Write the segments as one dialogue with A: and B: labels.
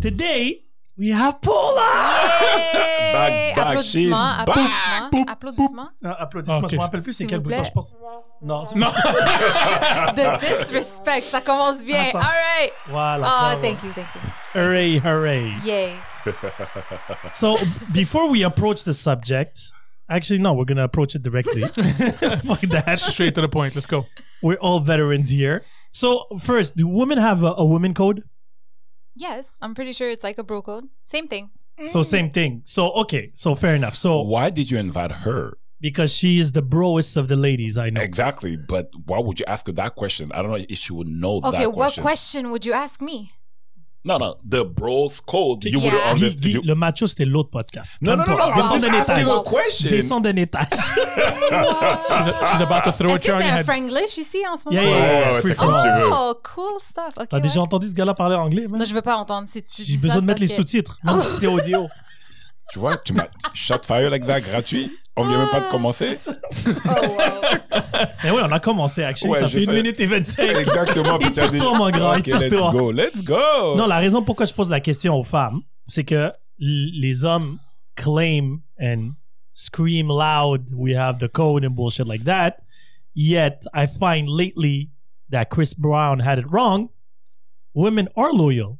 A: Today, we have Paula!
B: Bag,
C: Yay!
B: bag, she's
C: Applaudissements, applaudissements,
B: back. Boop,
C: applaudissements.
A: Un applaudissement,
B: Ok,
A: je me rappelle plus c'est
C: s'il
A: quel
C: vous
A: bouton,
C: plaît.
A: je pense. Non, c'est
B: Non.
C: The disrespect, ça commence bien.
A: Attends.
C: All right.
A: Voilà.
C: Oh, thank you, thank you.
A: Hooray, hooray.
C: Yay.
A: So, before we approach the subject, actually, no, we're going to approach it directly. Fuck that.
B: Straight to the point. Let's go.
A: We're all veterans here. So, first, do women have a, a women code?
C: Yes, I'm pretty sure it's like a bro code. Same thing.
A: So, same thing. So, okay, so fair enough. So,
B: Why did you invite her?
A: because she is the broest of the ladies I know.
B: Exactly. But why would you ask her that question? I don't know if she would know that
C: Okay,
B: question.
C: what question would you ask me?
B: No, no. The bros code. You
C: Yeah.
B: would have
A: Guy-
B: understood.
A: Guy,
B: You-
A: le macho, c'était l'autre podcast.
B: No, no, no, no.
A: Calme-toi. Descends d'un
B: I'm just asking
A: étage.
B: a question.
A: Descends d'un étage.
D: She's about to throw
C: Est-ce
D: a
C: que
D: chair on
C: c'est
D: your
C: un
D: head.
C: franglish ici en ce moment?
A: Yeah, yeah,
B: Oh,
A: yeah,
B: ouais,
A: free
B: c'est
A: for
B: comme
A: all.
B: tu veux.
C: Oh, cool stuff. Ok.
A: T'as déjà
C: ouais.
A: entendu ce gars-là parler anglais? man?
C: Non, je veux pas entendre si tu dis
A: J'ai
C: ça.
A: besoin de
C: c'est
A: mettre les
C: parce que- Oh!
A: sous-titres. Non, c'est audio.
B: Tu vois, tu m'as shot fire like that gratuit. On vient même pas de commencer.
C: Oh, wow.
A: Mais oui, Eh on a commencé, actually.
B: Ouais,
A: ça
B: j'ai
A: fait une
B: fait-
A: minute et 25.
B: Exactement. puis tu as dit-
A: Étire-toi, mon grand,
B: Ok, let's
A: étire-toi.
B: go. Let's go.
A: Non, la raison pourquoi je pose la question aux femmes, c'est que l- les hommes claim and scream loud, we have the code and bullshit like that. Yet, I find lately that Chris Brown had it wrong. Women are loyal.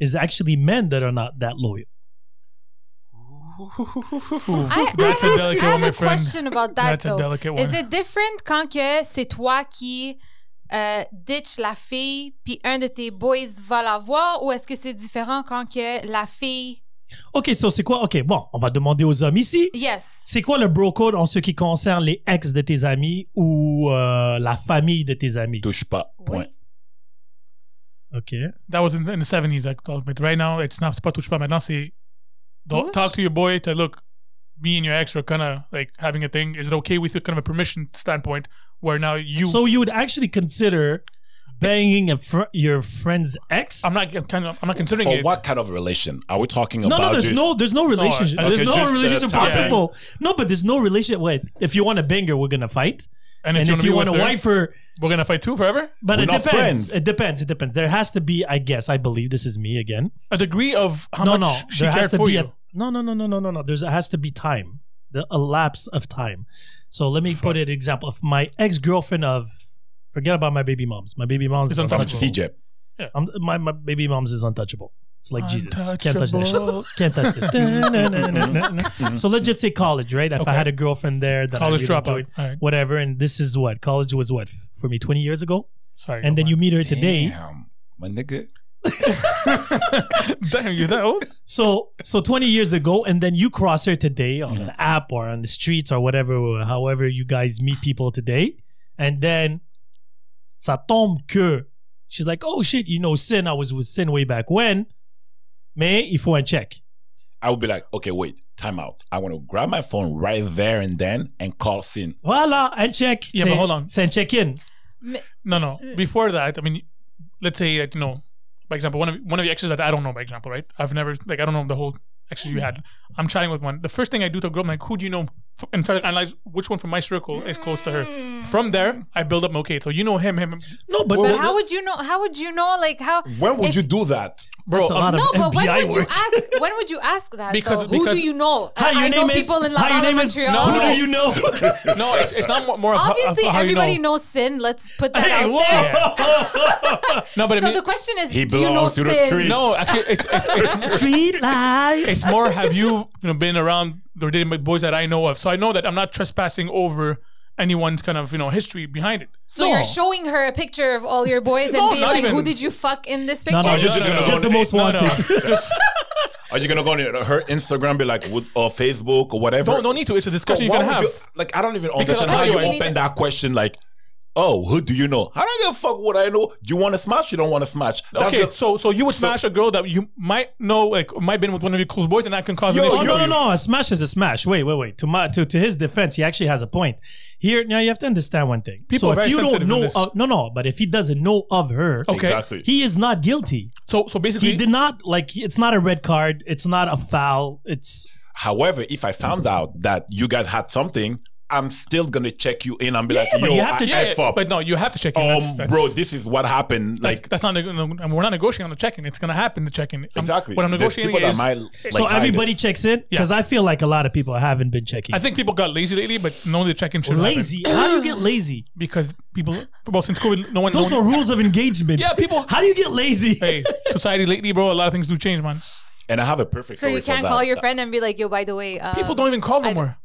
A: It's actually men that are not that loyal.
C: I, I
D: That's a
C: have-
D: delicate
C: I have
D: one, my
C: a
D: friend.
C: question about that,
D: That's a
C: though.
D: delicate
C: Is
D: one.
C: it different quand que c'est toi qui euh, ditch la fille, puis un de tes boys va la voir, ou est-ce que c'est différent quand que la fille...
A: OK, so c'est quoi? OK, bon, on va demander aux hommes ici.
C: Yes.
A: C'est quoi le bro code en ce qui concerne les ex de tes amis ou euh, la famille de tes amis?
B: Touche pas. Point.
C: Oui.
A: OK.
D: That was in the, in the 70s. I thought, but right now, it's not pas touche pas. Maintenant, c'est don't
C: Touche?
D: talk to your boy to look. Me and your ex were kind of like having a thing. Is it okay with you? Kind of a permission standpoint where now you.
A: So you would actually consider banging a fr- your friend's ex?
D: I'm not I'm kind of. I'm not considering
B: For
D: it.
B: what kind of relation are we talking
A: no,
B: about?
A: no, there's
B: just-
A: no, there's no relationship.
D: okay,
A: there's
B: just
A: no
B: the
A: relationship
B: time.
A: possible. No, but there's no relationship. Wait, if you want a banger, we're gonna fight.
D: And
A: And,
D: if
A: if you
D: you
A: want a
D: want to
A: wife
D: wife,
A: her,
D: we're gonna fight too forever.
A: but
B: We're
A: it
B: not
A: depends.
B: friends.
A: It depends. It depends. There has to be, I guess, I believe this is me again.
D: A degree of how
A: no,
D: much
A: no,
D: she
A: there
D: cared
A: has to
D: for
A: be
D: you.
A: a, no, no, no, no, no, no, no. There's has to be time, the a lapse of time. So let me put an example of my ex girlfriend of. Forget about my baby moms. My baby moms
D: It's
A: is
D: untouchable.
A: untouchable.
B: Fijep.
A: I'm, my, my baby mom's is untouchable. It's like Jesus. Can't touch that
D: Untouchable.
A: shit. Can't touch this. Da-na-na-na-na-na. so let's just say college, right? If I
D: Okay.
A: had a girlfriend there that
D: College
A: I really
D: dropout.
A: enjoyed,
D: All right.
A: whatever, and this is what college was what f- for me 20 years ago,
D: Sorry.
A: and then you meet her today.
B: Damn, my nigga.
D: Damn, you're that old?
A: So so 20 years ago, and then you cross her today on
D: Mm-hmm.
A: an app or on the streets or whatever, however you guys meet people today, and then ça tombe que she's like, oh shit, you know Sin, I was with Sin way back when, mais il faut un check.
B: I would be like, okay, wait, time out. I want to grab my phone right there and then and call Finn.
A: Voilà, un check.
D: Yeah,
A: C'est-
D: but hold on.
A: C'est un check-in.
C: Mais-
D: No, no.
C: Mm.
D: Before that, I mean, let's say that you know, by example, one of one of the exes that I don't know, by example, right? I've never like I don't know the whole exes
C: Mm.
D: you had. I'm chatting with one. The first thing I do to a girl, I'm like, who do you know? F- And try to analyze which one from my circle is close to her. From
C: Mm.
D: there, I build up. Okay, so you know him, him, him.
A: No, but,
C: But how would you know? How would you know? Like how?
B: When would
C: if-
B: you do that?
D: bro.
A: That's a lot of
D: um,
C: No, but when
A: NBI
C: would you
A: work.
C: ask? When would you ask that?
D: Because-
C: though? Who
D: because-
C: do you know?
A: Hi,
C: I-
A: your
C: I
A: name
C: know
A: is.
C: people in
A: hi, your
C: Laval,
A: name is.
C: Montreal.
A: Who
D: No.
A: do you know?
D: no, it's, it's not more, more of how-
C: Obviously,
D: of how you know.
C: everybody knows sin. Let's put that
A: hey,
C: out
A: whoa!
C: there.
D: No, but I
C: So
D: mean,
C: the question is,
B: He
C: do you know
B: belongs to the
C: sin?
B: street.
D: no, actually, it's it's, it's,
A: Street life.
D: it's more. Have you you know been around or dating with boys that I know of? So I know that I'm not trespassing over anyone's kind of you know history behind it.
C: So
A: No.
C: you're showing her a picture of all your boys and
D: No,
C: being
D: not
C: like,
D: even.
C: "Who did you fuck in
A: No,
C: this picture?"
A: no, just,
B: no, no, no.
A: just the most
D: No, no.
A: wanted.
B: Are you gonna go on her Instagram, be like, would, or Facebook or whatever?
D: Don't don't need to. It's a discussion
B: Why
D: you can
B: would
D: have.
B: like, I don't even
D: Because
B: understand
D: I'll
B: how
D: tell
B: you
D: you, I
C: need
B: open that question. Like, oh, who do you know? How do I give a fuck what I know? You want to smash? You don't want to smash? That's
D: Okay,
B: the-
D: so so you would smash a girl that you might know, like might been with one of your close boys, and that can cause
B: Yo,
D: an issue.
A: Oh,
B: yo,
A: no,
D: for
A: no,
D: you.
A: no. A smash is a smash. Wait, wait, wait. To my, to, to his defense, he actually has a point. Here, now you have to understand one thing. so
D: People are
A: if
D: very
A: you don't
D: sensitive
A: know,
D: in this.
A: of, no, no. But if he doesn't know of her,
D: Okay.
B: exactly.
A: he is not guilty.
D: So so basically,
A: He did not like. It's not a red card. It's not a foul. It's
B: However, if I found out that you guys had something, I'm still gonna check you in and be like,
A: but
B: yo,
A: you have
B: I,
A: to-
B: I
D: Yeah, yeah,
B: fuck.
D: but no, you have to check in.
B: um,
D: That's- that's-
B: bro, this is what happened.
D: that's,
B: like
D: that's not. neg- No, I mean, we're not negotiating on the check-in. It's gonna happen. The check-in. I'm-
B: exactly.
D: What I'm
B: There's
D: negotiating
B: people that
D: is.
B: might, like,
A: so
B: hide it.
A: everybody checks in because I feel like a lot of people haven't been checking.
D: I think people got lazy lately, but no, the check-in should happen.
A: lazy. How do you get lazy?
D: because people. Well, since COVID, no one.
A: Those
D: no
A: are
D: one,
A: rules of engagement.
D: Yeah, people-
A: How do you get lazy?
D: Hey, society lately, bro. A lot of things do change, man.
B: and I have a perfect
C: So
B: story
C: you
B: for
C: can't
B: that.
C: call your friend and be like, yo, by the way. Uh,
D: People don't even call no
C: I-
D: more,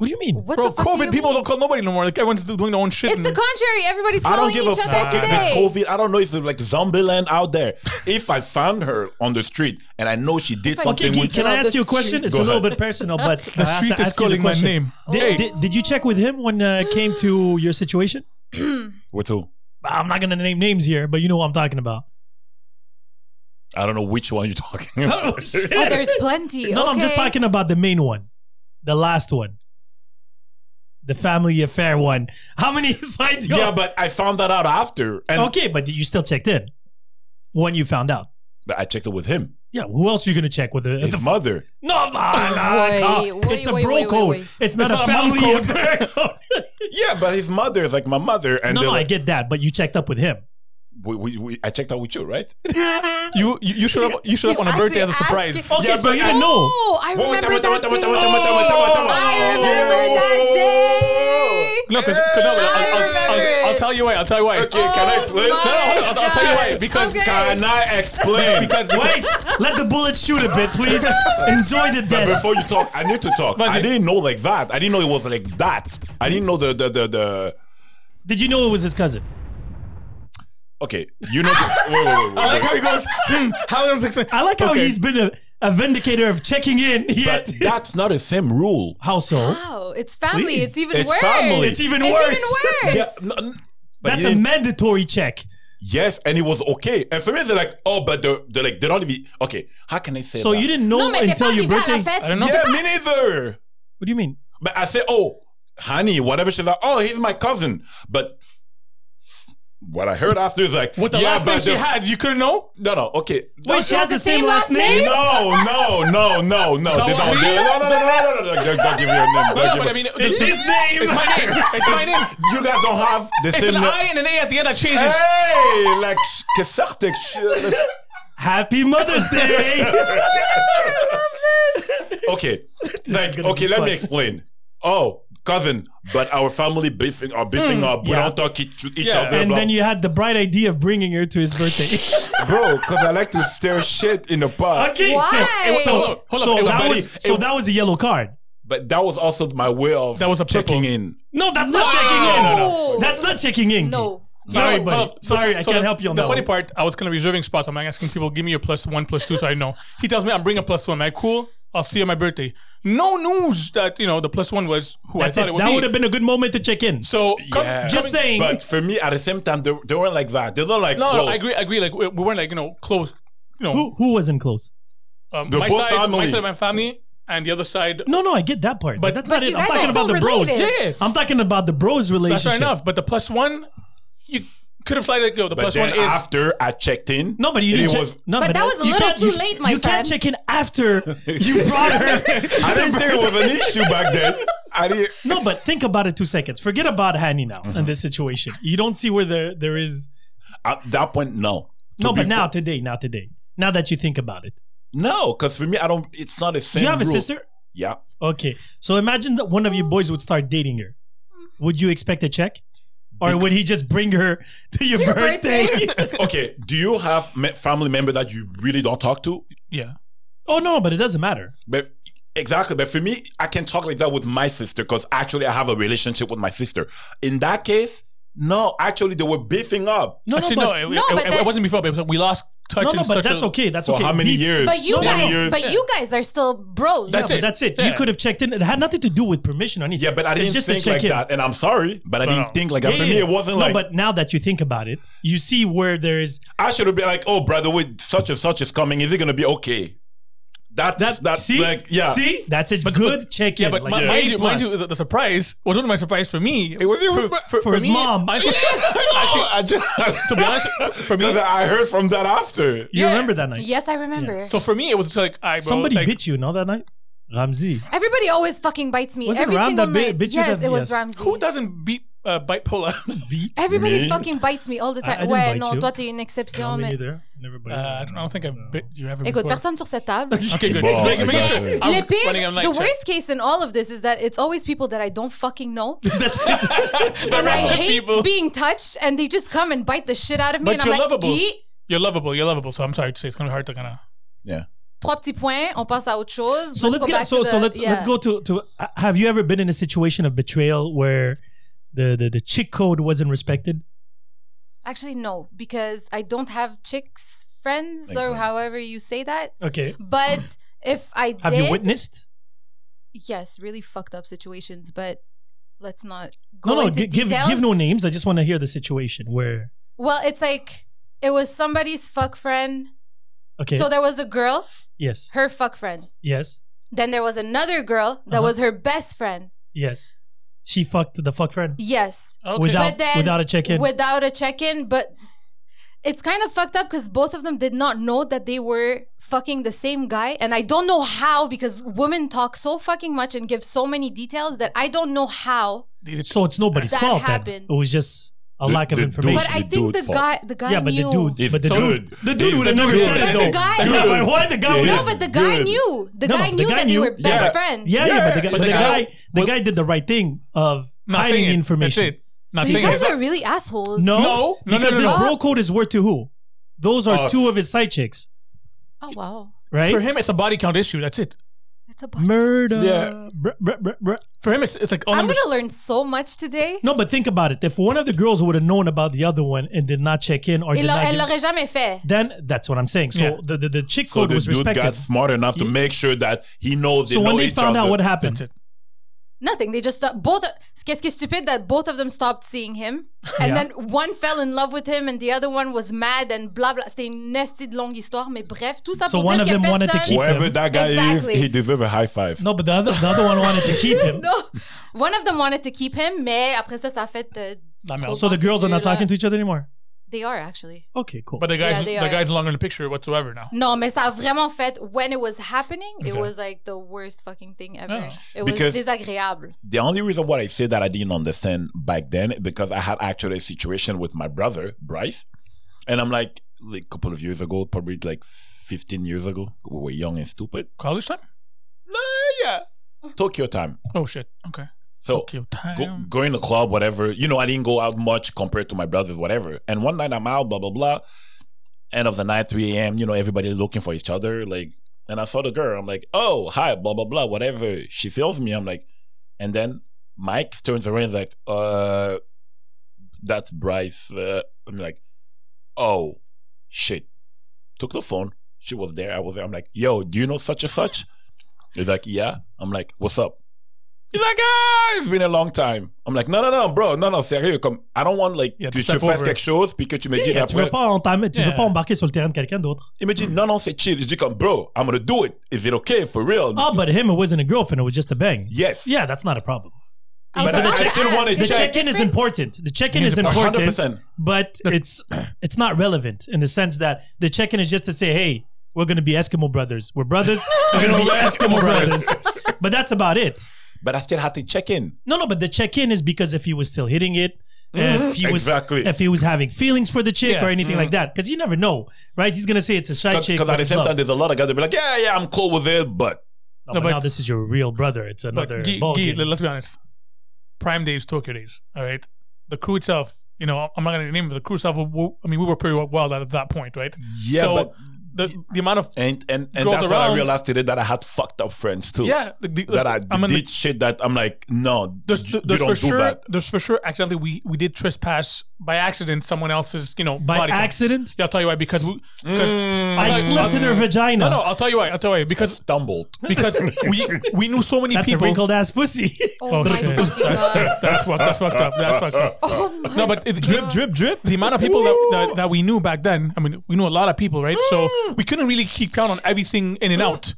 A: What do you mean?
C: What
D: bro.
C: the fuck do
D: COVID,
C: you
D: people
C: mean?
D: don't call nobody no more. Like everyone's doing their own shit.
C: It's
D: and-
C: the contrary. Everybody's
B: I
C: calling
B: don't
C: each
B: give a fuck
C: other
B: if
C: today.
B: it's COVID. I don't know if it's like zombie land out there. if I found her on the street and I know she did
A: Okay,
B: something
A: Gee,
B: with
A: can I
B: you-
A: ask you a question?
B: street-
A: It's
B: Go
A: a little bit
B: ahead.
A: personal, but
D: The street is calling my name.
A: Did,
D: Hey.
A: did, did you check with him when uh, it came to your situation?
B: With who?
A: I'm not gonna name names here, but you know what I'm talking about.
B: I don't know which one you're talking
A: Oh,
B: about.
A: shit.
C: Oh, there's plenty.
A: No, no, I'm just
C: okay?
A: talking about the main one, the last one, the family affair one. How many sides? you
B: yeah,
A: have?
B: but I found that out after, and
A: okay, but you still checked in when you found out.
B: I checked it with him,
A: Yeah, who else are you gonna check with? The,
B: his
A: the,
B: mother.
A: no, nah, nah,
C: Wait,
A: nah.
C: wait,
A: it's a
C: wait,
A: bro
C: wait, wait,
A: code.
C: wait.
A: It's not
D: It's
A: a
D: not a mom
A: family
D: code.
A: affair code.
B: Yeah, but his mother is like my mother, and
A: no,
B: they're
A: no, I
B: like,
A: get that, but you checked up with him.
B: we, we, we, I checked out with you, right?
D: You you, you showed up you showed up
C: He's
D: on a birthday as a
C: actually
D: surprise.
C: asking-
A: Okay,
B: Yeah,
A: so
B: but
A: you
B: I-
A: didn't know.
C: Oh, I
B: Whoa,
C: remember
B: tama, tama,
C: that
B: tama,
C: day.
B: tama, tama, tama, tama, tama.
C: I remember that day.
D: No, 'cause- 'cause no, I'll, I'll- I'll-
C: remember
D: I'll
C: it.
D: tell you why. I'll tell you why.
B: Okay, can I
C: Oh
B: explain?
C: my
D: No, no, hold on, I'll- I'll tell you why,
C: God.
D: because
C: Okay.
B: Can I explain?
D: Because
A: Wait, let the bullets shoot a bit, please. Enjoy the
B: But
A: death.
B: before you talk, I need to talk.
D: Vas-y.
B: I didn't know like that. I didn't know it was like that. I didn't know the the the, the
A: Did you know it was his cousin?
B: Okay, you know. The, wait, wait, wait,
D: I
B: wait.
D: like how he goes. Hmm, how am I explain?
A: I like how
D: Okay.
A: he's been a, a vindicator of checking in. Yet
B: But that's not the same rule.
A: how so?
C: Wow, it's family.
A: Please.
C: It's even
B: It's
C: worse.
B: family.
A: It's even
C: It's
A: worse.
C: even worse.
B: Yeah, n- n- but
A: That's
B: you
A: a
B: didn't-
A: mandatory check.
B: yes, and it was okay. And for me, they're like, oh, but they're, they're like, they don't even. Okay, how can I say?
A: So
B: that?
A: you didn't know
C: Non, mais t'es pas
A: until your
C: arrivé à
A: birthday.
C: la fête.
D: I don't know.
B: Yeah, me neither.
A: What do you mean?
B: But I say, oh, honey, whatever. She's like, oh, he's my cousin. But what I heard after is like,
D: With the
B: yeah,
D: last name
B: but
D: she
B: the-
D: had, you couldn't know.
B: No, no, okay.
A: Wait, she has the same last name?
B: No, no, no, no, no.
D: So
B: they
D: what-
B: don't. They, no, no, no, no, no, no, no. Don't, don't give me your name. Don't
D: No,
B: give
D: but I
B: me-
D: mean,
A: It's
D: the-
A: his name.
D: It's my name. It's my name.
B: you guys don't have the
D: It's
B: same
D: an
B: name.
D: I and an A at the end that changes.
B: Hey, like, que certes que je-
A: Happy Mother's Day.
B: Okay,
A: is
B: like,
A: gonna
B: okay,
A: be
B: let
A: fun.
B: me explain. Oh, cousin, but our family beefing or beefing up. We
A: yeah.
B: don't talk each, each
D: Hmm, Yeah.
B: other.
A: and
B: blah.
A: then you had the bright idea of bringing her to his birthday.
B: Bro, because I like to stir shit in the pot.
A: okay,
C: Why?
A: so
D: Hold
A: so,
D: up, hold up.
A: so
D: It was
A: that
D: a
A: was
D: buddy.
A: so
D: It-
A: that was a yellow card.
B: But that was also my way of
D: That was a
B: checking
D: purple.
B: in.
A: No, that's not
D: No.
A: checking in.
D: No,
C: no, no.
A: That's not checking in.
C: No.
A: Sorry,
D: No,
A: buddy.
D: well,
A: Sorry, I
D: so
A: can't
D: the-
A: help you on
D: the
A: that
D: funny
A: one.
D: part, I was kind of reserving spots. I'm asking people, give me a plus one, plus two, so I know. He tells me I'm bringing a plus one. I cool. I'll see you on my birthday. No news that you know the plus one was who
A: That's
D: I thought
A: it.
D: it, would
A: that
D: be.
A: would have been a good moment to check in.
D: so come,
B: Yeah.
A: Just saying.
D: coming-
B: But for me, at the same time, they, they weren't like that. They're not like
D: No,
B: close.
D: no, I agree. I agree. Like we, we weren't like you know close. You know,
A: who who wasn't close?
D: um,
B: The
D: my
B: both
D: side, my
B: family.
D: side of my family, and the other side.
A: No, no, I get that part, but,
D: But-
A: that's
D: But
A: not it.
C: you
A: I'm
C: guys are
A: talking about the
C: still
A: bros.
C: related.
D: Yeah,
A: I'm talking about the bros
D: that's
A: relationship.
D: fair enough. But the plus one, you could have like yo, the
B: But
D: plus
B: then
D: one is.
B: after I checked in,
A: No, but you
B: and
A: didn't.
B: it
A: Check,
B: was.
A: no,
C: But that was a
A: you
C: little
A: can't-
C: too
A: you-
C: late, my
A: You can't
C: friend.
A: check in after you brought her.
B: I didn't think it was an issue back then. I didn't.
A: No, but think about it two seconds. Forget about Hani now and this situation. You don't see where there there is.
B: At that point, no. To
A: No,
B: be-
A: but now today, now today, now that you think about it,
B: no, because for me, I don't. It's not the same.
A: do you have a
B: rule.
A: sister?
B: Yeah.
A: Okay, so imagine that one of your boys would start dating her. Would you expect a check, or would he just bring her to your
C: your
A: birthday?
B: Okay. Do you have me- family member that you really don't talk to?
D: yeah.
A: oh no, but it doesn't matter.
B: But exactly. But for me, I can talk like that with my sister because actually I have a relationship with my sister. In that case, no. Actually, they were beefing up.
A: No,
D: Actually,
A: no,
D: no,
A: but,
D: it,
C: No,
D: it-
C: but
D: it
C: that-
D: wasn't before. But it was like we lost touch.
A: no,
D: in
A: no, but
D: such
A: that's
D: a,
A: okay. That's
B: For
A: okay.
B: how many
A: Be-
B: years?
C: But you
A: No, no,
B: Twenty
C: guys,
B: years?
C: but you guys are still bros.
A: Yeah,
D: That's
A: but
D: it.
A: that's it. You
D: Yeah.
A: could have checked in. It had nothing to do with permission or anything.
B: Yeah, but I
A: It's
B: didn't
A: just a
B: think like
A: check-in.
B: that, and I'm sorry, but I
D: No.
B: didn't think like that.
A: Yeah,
B: for
A: yeah,
B: me,
A: yeah.
B: it wasn't
A: no,
B: like
A: but now that you think about it, you see where there's
B: I should have been like, "Oh, brother, wait, such and such is coming. Is it gonna be okay?" That's
A: that.
B: that, that's
A: see,
B: like, yeah.
A: see, that's a good check-in.
D: Yeah, but
A: like
D: mi-
A: an
D: mind,
A: A
D: you,
A: plus.
D: mind you, the, the surprise wasn't my surprise for me. It
B: was- it was
D: for,
B: my-
A: For his mom.
D: Honestly,
B: Actually,
D: actually,
B: I just
D: to be honest, for me,
B: I heard from that after.
A: you
D: yeah.
A: remember that night?
C: Yes, I remember.
D: so for me, it was just like I bro,
A: Somebody
D: like,
A: bit you, no, that night. Ramzi.
C: Everybody always fucking bites me.
A: Was it
C: Every
A: Ram
C: single
A: that bi-
C: night.
A: bitch you
C: yes,
A: that-
C: it was
A: yes.
C: Ramsey.
D: Who doesn't beat uh, bipolar?
A: Beat.
C: Everybody
B: Me?
C: fucking bites me all the
A: I- I
C: time.
A: didn't
C: ouais,
A: bite
C: non,
A: you.
C: toi t'es une exception.
A: No, me
C: mais...
A: neither. Never bite.
D: Uh, I don't- I don't think I
A: No.
D: bit you ever
C: Écoute,
D: before.
C: personne sur cette table.
D: Okay, good.
B: Bon,
D: Make- make sure.
B: exactly.
D: I was
C: Le pire,
D: running, I'm like,
C: the
D: check.
C: worst case in all of this is that it's always people that I don't fucking know. and I
D: random
C: hate
D: people.
C: being touched and they just come and bite the shit out of me.
D: But
C: and I'm
D: you're
C: like,
D: lovable.
C: Guy,
D: You're lovable. You're lovable. So I'm sorry to say it's gonna be hard to kind of.
B: Yeah.
C: trois petits points, on passe à autre chose.
A: so let's
C: go
A: get
C: back
A: so
C: to
A: so
C: the-
A: let's let's
C: yeah.
A: go to to uh, have you ever been in a situation of betrayal where the the, the chick code wasn't respected
C: Actually, no, because I don't have chicks friends
B: Thank
C: or
B: God.
C: however you say that.
A: okay
C: But if I
A: have
C: did,
A: you witnessed
C: yes, really fucked up situations. But let's not go
A: no no
C: into
A: gi- give
C: details.
A: give no names i just want to hear the situation where
C: Well, it's like it was somebody's fuck friend.
A: okay
C: So there was a girl,
A: yes
C: her fuck friend.
A: yes
C: Then there was another girl that
A: Uh-huh.
C: was her best friend.
A: yes she fucked the fuck friend
C: Yes,
D: Okay.
A: without
C: But then-
A: without a check-in
C: without a check-in, but. It's kind of fucked up because both of them did not know that they were fucking the same guy. And I don't know how because women talk so fucking much and give so many details that I don't know how
D: Did it-
A: so it's nobody's
C: That
A: fault then.
C: happened.
A: it was just a
B: The-
A: lack of
B: the
A: information
C: But
B: The
C: I think
B: dude
C: the
B: fault.
C: guy, the guy
A: yeah but
C: knew.
A: the dude
B: If
A: but the
B: dude-
A: dude the dude
B: if
A: would have never
B: dude-
A: said it
C: But the
A: though
C: guy-
A: That's why- why the guy
B: Yeah.
A: would
C: No,
A: have
C: but the guy
B: Dude.
C: knew. The
A: No,
C: guy
A: no, the
C: knew
A: guy
C: that they
A: knew.
C: were best
B: Yeah.
C: friends.
A: Yeah, yeah, but the guy,
B: Yeah.
A: but the guy, the guy did the right thing of
D: Not
A: hiding
D: saying it.
A: information.
D: That's it. Not
C: So you
D: saying
C: guys
D: it.
C: are really assholes.
A: No,
D: No, no, no,
A: because
D: no,
A: his
D: no.
A: bro code is worth to who? Those are
B: Us.
A: two of his side chicks,
C: Oh wow,
A: right?
D: For him, it's a body count issue. That's it.
C: it's a. bu-
A: murder.
B: Yeah.
A: Br- br- br- br-
D: For him, it's, it's like all
C: I'm
D: numbers.
C: gonna learn so much today.
A: No, but think about it. If one of the girls would have known about the other one and did not check in or
C: Il
A: did
C: l'a-
A: not
C: Elle
A: give-
C: l'aurait jamais fait.
A: then that's what I'm saying. So
D: Yeah.
A: the, the the chick
B: So
A: code
B: the
A: was
B: dude
A: respected.
B: got smart enough to make sure that he knows. They
A: So
B: know
A: when they
B: each
A: found out
B: other.
A: what happened,
D: That's it.
C: Nothing. They just stopped. Both. Qu'est-ce qui est stupide that both of them stopped seeing him, and
A: Yeah.
C: then one fell in love with him, and the other one was mad and blah blah. C'était une nasty de longue histoire, mais bref, tout ça
A: So
C: pour
A: one
C: dire
A: of
C: qu'il y a
A: them wanted to
C: personne-
A: keep-
B: wherever
A: him.
B: that guy
C: Exactly.
B: is, he deserves a high five.
A: no, but the other the other one wanted to keep him.
C: No, one of them wanted to keep him, mais après ça, ça a fait. euh,
D: La merde.
C: trop
A: So the
C: de
A: girls are not
C: bordel, là.
A: talking to each other anymore.
C: They are actually.
A: Okay, cool.
D: But the guy's
C: Yeah, they
D: the
C: are.
D: guy's no longer in the picture whatsoever now.
C: No, mais ça a vraiment fait. When it was happening, it
D: Okay.
C: was like the worst fucking thing ever.
D: Oh.
C: It was
B: Because-
C: désagréable.
B: The only reason why I say that I didn't understand back then because I had actually a situation with my brother Bryce, and I'm like, like a couple of years ago, probably like 15 years ago, we were young and stupid.
D: College time?
B: Nah, yeah, Tokyo time.
D: Oh shit. Okay.
B: So
D: Tokyo
B: go,
D: time.
B: going to club, whatever. You know, I didn't go out much compared to my brothers, whatever. And one night I'm out, blah blah blah. End of the night, 3 a.m. You know, everybody looking for each other. Like, and I saw the girl. I'm like, oh hi, blah blah blah, whatever. She feels me. I'm like, and then Mike turns around and is like, uh, that's Bryce. Uh, I'm like, oh shit. Took the phone. She was there. I was there. I'm like, yo, do you know such and such? He's like, yeah. I'm like, what's up? He's like, ah, it's been a long time. I'm like, non, non, non, bro, non, non, sérieux. Comme, I don't want, like,
D: Yeah,
B: que
D: tu
B: je
D: step
B: fasse
D: over.
B: quelque chose, puis que tu me dises
A: Yeah, tu veux
B: après.
A: pas entamer, tu veux
D: Yeah.
A: pas embarquer sur le terrain de quelqu'un d'autre.
B: Il me dit, non, non, c'est chill. Je dis comme, bro, I'm gonna do it. Is it okay, for real?
A: Oh, but him, it wasn't a girlfriend. It was just a bang.
B: Yes.
A: Yeah, that's not a problem.
C: I was
B: But the
C: about to
B: chicken
C: ask,
B: wanted
C: is
A: The
C: it
B: check-
A: check-in is
C: different?
A: important. The check-in
D: Yeah,
A: is
D: the-
A: important,
B: 100%.
A: but it's it's not relevant in the sense that the check-in is just to say, hey, we're gonna be Eskimo brothers. We're brothers. We're gonna be Eskimo brothers. But that's about it.
B: But I still had to check in.
A: No, no. But the check-in is because if he was still hitting it, if he was
B: Exactly.
A: if he was having feelings for the chick
D: Yeah.
A: or anything like that, because you never know, right? He's gonna say it's a shy chick.
B: Because at
A: but
B: the
A: it's
B: same
A: love.
B: time, there's a lot of guys that be like, yeah, yeah, I'm cool with it, but
A: No,
D: No,
A: but
D: but-
A: now this is your real brother. It's
D: But
A: another
D: Guy,
A: ball
D: Guy,
A: game.
D: let- let's be honest. Prime days, Tokyo days. All right. The crew itself, you know, I'm not gonna name it. The crew itself. w- w- I mean, we were pretty wild at that point, right?
B: Yeah,
D: So
B: but-
D: the the amount of
B: and and and
D: Goes
B: that's what I
D: around.
B: realized today that I had fucked up friends too.
D: yeah, the, the,
B: that I,
D: mean,
B: did shit that I'm like, no,
D: there's,
B: you
D: there's
B: don't
D: for
B: do
D: sure,
B: that.
D: there's for sure. Actually, we we did trespass by accident someone else's, you know,
A: By
D: body count.
A: accident,
D: Yeah, I'll tell you why. Because we, 'cause-
B: Mm.
A: I
D: I'll-
A: slipped in her vagina.
D: No, no, I'll tell you why. I'll tell you why. Because
B: Stumbled.
D: because we we knew so many
A: That's
D: people.
A: a wrinkled ass pussy.
C: Oh my
D: That's,
C: fucking god.
D: that's, that's, fucked, that's fucked up. That's fucked up.
C: Oh my
D: No, but it, drip,
A: drip, drip.
D: The amount of people that, that, that we knew back then, I mean, we knew a lot of people, right? So we couldn't really keep count on everything in and out.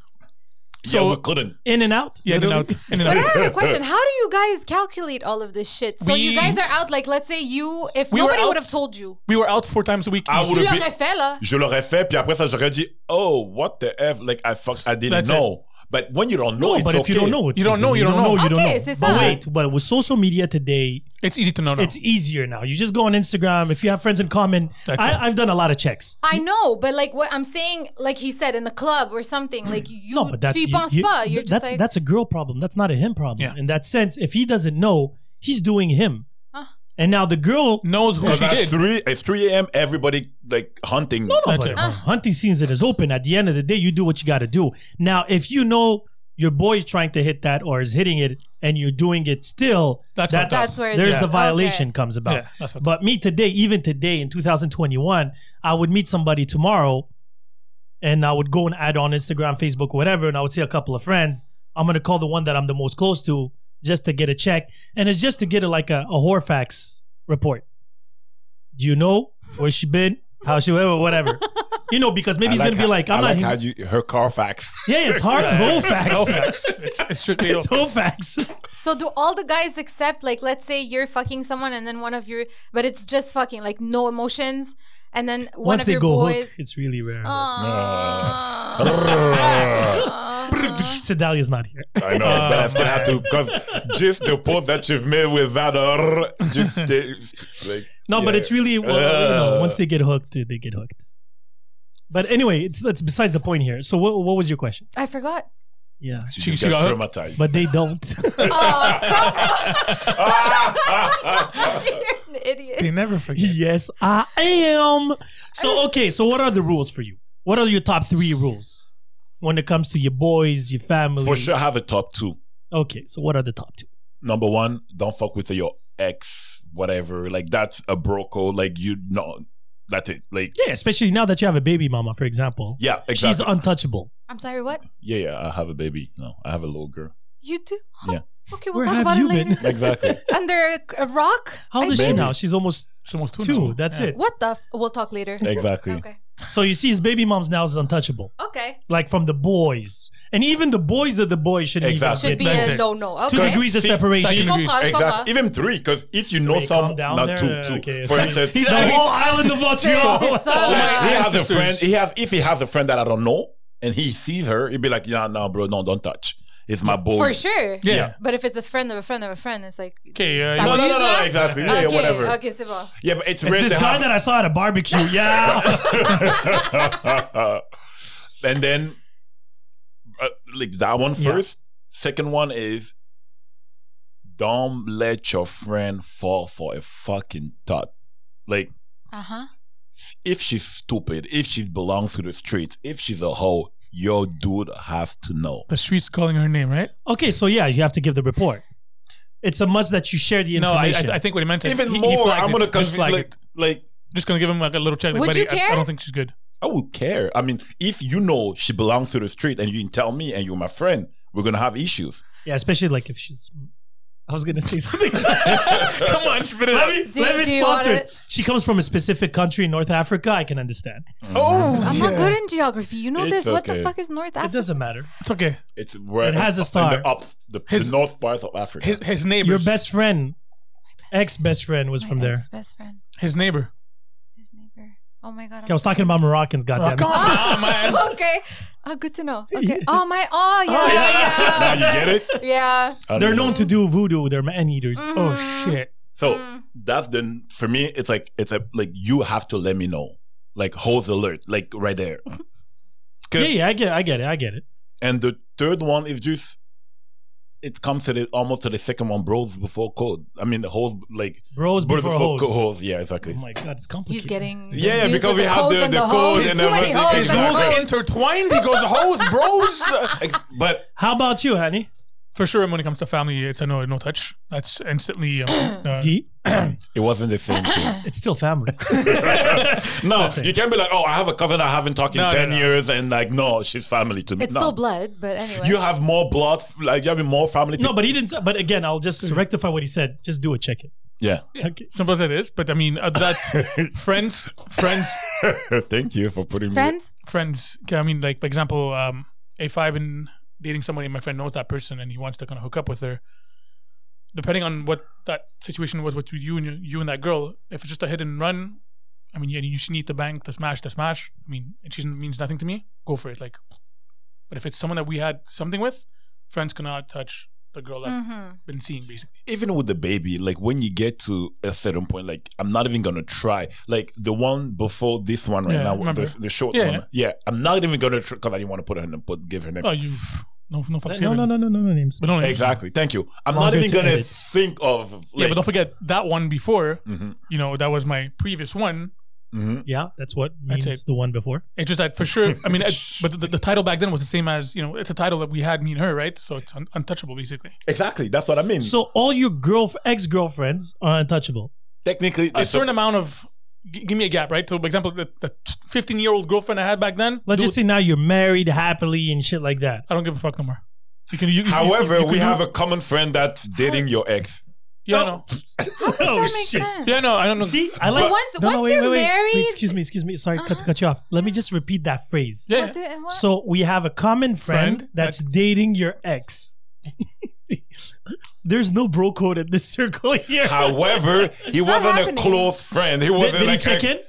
B: So
D: So-
B: we couldn't.
A: In and out.
D: Yeah, in and out.
A: literally.
D: In and
C: But I
D: out.
C: have a question. How do you guys calculate all of this shit? So you
D: We-
C: guys are out, like, let's say you, if
D: We were
C: nobody would
D: out.
C: have told you.
D: We were out four times a week.
B: I
D: each.
B: would
C: Tu
B: have been.
C: l'aurais fait, là.
B: Je l'aurais fait, puis après ça, j'aurais dit, oh, what the F, like, I fuck, I didn't
D: That's
B: know. But when you don't know,
A: No,
B: it's
A: but if you
B: okay.
A: don't know, it's
D: You don't know, you don't know. Oh.
A: you don't
C: Okay,
A: know.
C: c'est ça.
A: But wait, but with social media today,
D: It's easy to know now.
A: it's e- easier now. You just go on Instagram. If you have friends in common,
D: That's it.
A: I, I've done a lot of checks.
C: I know, but like what I'm saying, like he said in a club or something, like you,
A: Mm. No, but that's
C: tu y penses pas. You're just
A: that's
C: like,
A: that's a girl problem. That's not a him problem.
D: Yeah.
A: In that sense, if he doesn't know, he's doing him.
C: Huh.
A: And now the girl
D: Knows who
B: Because
D: she
B: at
D: did.
B: three, it's three a.m. Everybody like hunting.
A: No,
D: That's
A: but
D: it.
A: uh, hunting season is open. At the end of the day, you do what you got to do. Now, if you know your boy is trying to hit that or is hitting it, and you're doing it still,
D: That's fucked up.
C: That's where it's-
A: there's
D: Yeah.
A: the
D: Okay.
A: violation comes about.
D: Yeah, that's fucked
A: but me today, even today in 2021, I would meet somebody tomorrow, and I would go and add on Instagram, Facebook, whatever, and I would see a couple of friends. I'm gonna call the one that I'm the most close to just to get a check, and it's just to get a, like a, a Horfax report. Do you know where she been? How she whatever. You know, because maybe
B: I
A: he's
B: like
A: gonna
B: how-
A: be like, I'm not.
B: I like
A: him.
B: how you her Carfax.
A: yeah, it's hard.
D: No
A: Holofax.
D: facts. It's, it's strictly
A: It's
D: no facts.
A: Holofax.
C: so do all the guys accept like let's say you're fucking someone and then one of your but it's just fucking like no emotions and then one
A: Once
C: of
A: they
C: your
A: go
C: boys
A: hook, it's really rare.
C: Aw.
A: Sedalia's not here.
B: I know,
A: Ah,
B: but I still have to because just the post that you've made with that, uh, just the- like
A: No, but
B: yeah.
A: it's really well, you know,
B: Uh.
A: once they get hooked, they get hooked. But anyway, it's that's besides the point here. So what what was your question?
C: I forgot.
A: Yeah,
B: you
D: She-
B: just
D: she
B: get
D: got hooked.
B: traumatized.
A: but they don't.
C: Oh, You're an idiot.
D: They never forget.
A: yes, I am. So okay, so what are the rules for you? What are your top three rules when it comes to your boys, your family?
B: For sure, have a top two.
A: Okay, so what are the top two?
B: Number one, don't fuck with your ex, whatever. Like that's a bro code. Like you know, that's it. Like
A: Yeah, especially now that you have a baby mama, for example.
B: yeah,
A: She's
B: exactly.
A: untouchable.
C: I'm sorry, what?
B: yeah, yeah. I have a baby. No, I have a little girl.
C: You do?
B: Yeah.
C: Okay,
A: Where
C: we'll talk
A: have
C: about
A: you
C: it later.
A: been?
B: Exactly.
C: Under a, a rock?
A: How old
C: I
A: is she
C: think.
A: now? She's almost
D: It's almost two.
A: two.
D: now.
A: That's
D: Yeah.
A: it.
C: What the? F- we'll talk later.
B: exactly.
C: Okay.
A: So you see, his baby mom's now is untouchable.
C: Okay.
A: Like from the boys, and even the boys of the boys shouldn't even
B: Exactly.
A: get
C: Should be
A: married.
C: a
D: Benedict.
C: no no.
A: Two
C: Okay.
A: degrees of
B: See,
A: separation.
D: second
C: Go
D: degree.
C: far, go far.
B: Exactly. Even three, because if you know
A: Wait, calm
B: some,
A: down
B: not
A: there.
B: two, two.
A: Okay,
B: For
A: okay.
B: instance,
A: the
B: like,
A: whole island of
C: This is
A: Montreal.
C: so
B: Like, he
C: bad.
B: has a
D: Sisters.
B: friend. He has if he has a friend that I don't know, and he sees her, he'd be like, "Yeah, no, bro, no, don't touch. It's my boy."
C: For sure.
D: Yeah.
B: Yeah.
C: But if it's a friend of a friend of a friend, it's like.
D: Okay. Uh,
C: That
B: No,
C: would
B: no,
C: use
B: no, no,
C: that?
B: exactly. Yeah, yeah,
C: okay,
B: whatever.
C: Okay, c'est bon.
B: Yeah, but it's,
A: It's
B: rare
A: this
B: to
A: guy
B: have.
A: that I saw at a barbecue. Yeah.
B: and then, uh, like that one
A: Yeah.
B: first. Second one is, don't let your friend fall for a fucking thought. Like
C: Uh huh.
B: if she's stupid, if she belongs to the streets, if she's a hoe, your dude has to know.
D: the streets calling her name, right?
A: okay, so yeah, you have to give the report. It's a must that you share the
D: No, I, I,
A: information.
D: I think what he meant is
B: Even
D: he, he
B: more,
D: flagged
B: I'm
D: it.
B: gonna
D: just
B: confuse
D: flag
B: like,
D: it.
B: like
D: Just gonna give him like a little check. Like,
C: Would
D: buddy,
C: you
D: I, I
C: care?
D: don't think she's good.
B: I would care. I mean, if you know she belongs to the street and you tell me and you're my friend, we're gonna have issues.
A: yeah, especially like if she's. I was gonna say something.
D: Come on, spit it
A: let
D: out.
A: me,
C: Do-
A: let me
C: do you
A: sponsor.
C: wanna-
A: it. She comes from a specific country in North Africa. I can understand.
C: I'm not good in geography. You know
B: It's
C: this. What the
B: okay.
C: fuck is
A: It
C: North Africa?
A: doesn't matter.
D: It's okay.
B: It's where
A: It has a star.
B: The up the,
D: His-
B: the north part of Africa.
D: His his neighbor.
A: Your best friend, ex best friend, was
C: My
A: from there.
C: ex best friend,
D: His neighbor.
C: his neighbor. Oh my god. Ah,
A: I was talking about Moroccans.
D: Oh,
A: Goddamn.
D: come on, man.
C: okay. Oh, good to know. Okay. Oh my. Oh yeah. yeah.
B: now you get it. Um,
C: yeah. yeah.
B: I
A: They're
B: don't know.
A: known to do voodoo. They're man eaters.
C: Mm.
D: Oh shit.
B: So that's the for me. It's like it's a like you have to let me know. Like hold alert. Like right there. 'Cause-
A: Yeah, yeah, I get, I get it, I get it.
B: And the third one is just it comes to the almost to the second one. Bros before code. I mean the hoes like
A: Bros
B: bros
A: before hoes.
B: co- hoes. Yeah, exactly.
A: Oh my god, it's complicated.
C: He's getting.
B: Yeah, yeah,
C: confused
B: because
C: with
B: we have
C: codes
B: the-
C: and
B: the
C: hoes.
B: code
C: There's
B: and
C: too many
B: everything.
C: hoes
D: His
B: Exactly.
C: and
D: rules
C: hoes.
D: are intertwined. He goes, hoes, bros.
B: Ex- But
A: How about you, honey?
D: For sure, when it comes to family, it's a no, no touch. That's instantly. Um, uh,
A: He,
B: it wasn't the same thing.
A: it's still family.
B: No,
A: Listen.
B: you can't be like, oh, I have a cousin I haven't talked in
D: No, no,
B: 10
D: no.
B: years, and like, no, she's family to me.
C: It's
B: no.
C: still blood, but anyway.
B: You have more blood, like, you have more family to
A: no, but he didn't. s- But again, I'll just rectify what he said. Just do it. Check it.
B: Yeah.
A: Okay.
D: simple as it is, but I mean uh, that friends, friends,
B: Thank you for putting
C: friends.
D: friends. okay, I mean, like for example, um, if I've been dating somebody, and my friend knows that person, and he wants to kind of hook up with her. Depending on what that situation was with you and your, you and that girl, if it's just a hit and run, I mean, yeah, you just need to bang, to smash, to smash. I mean, it just means nothing to me. Go for it. Like, But if it's someone that we had something with, friends cannot touch the girl I've been seeing basically.
B: even with the baby, like when you get to a certain point, like I'm not even gonna try. Like the one before this one right
D: Yeah,
B: now,
D: remember.
B: the, the short
D: Yeah,
B: one. Yeah. I'm not even gonna try because I didn't want to put her in the put give her name.
D: Oh, you no no fucks.
A: No, no,
D: given.
A: no, no, no, no names.
D: But no,
B: exactly. Thank you. I'm
A: not
B: not
A: good
B: even
A: to
B: gonna
A: edit.
B: think of.
D: Yeah,
B: Like,
D: but don't forget that one before.
B: Mhm.
D: You know, that was my previous one.
B: Mhm.
A: Yeah, that's what
D: That's
A: means
D: it.
A: the one before.
D: It's just that for sure. I mean, I, but the, the title back then was the same as you know. It's a title that we had me and her, right? So it's un- untouchable basically.
B: exactly. That's what I mean. So
A: So all your girl ex girlfriends are untouchable.
B: technically,
D: A
B: it's a-
D: certain amount of g- give me a gap, right? So, for example, the, the 15 year old girlfriend I had back then.
A: Let's
D: dude,
A: just say now you're married happily and shit like that.
D: I don't give a fuck no more. You can. You, you-
B: however,
D: you- you
B: we
D: can do-
B: have a common friend that's dating your ex.
D: Yeah, no.
A: oh
C: that makes sense.
D: Yeah, no. I don't know.
A: See, I like.
C: once- once you're married- Uh-huh.
A: excuse me, excuse me. Sorry, cut to cut you off. Let me just repeat that phrase.
D: yeah.
C: What the- what?
A: So we have a common friend,
D: Friend,
A: that's dating your ex. There's no bro code at this circle here.
B: However, he
C: not
B: wasn't a
C: happening.
B: close friend. He
A: did
B: wasn't
A: did
B: like
A: he check
B: a-
A: in?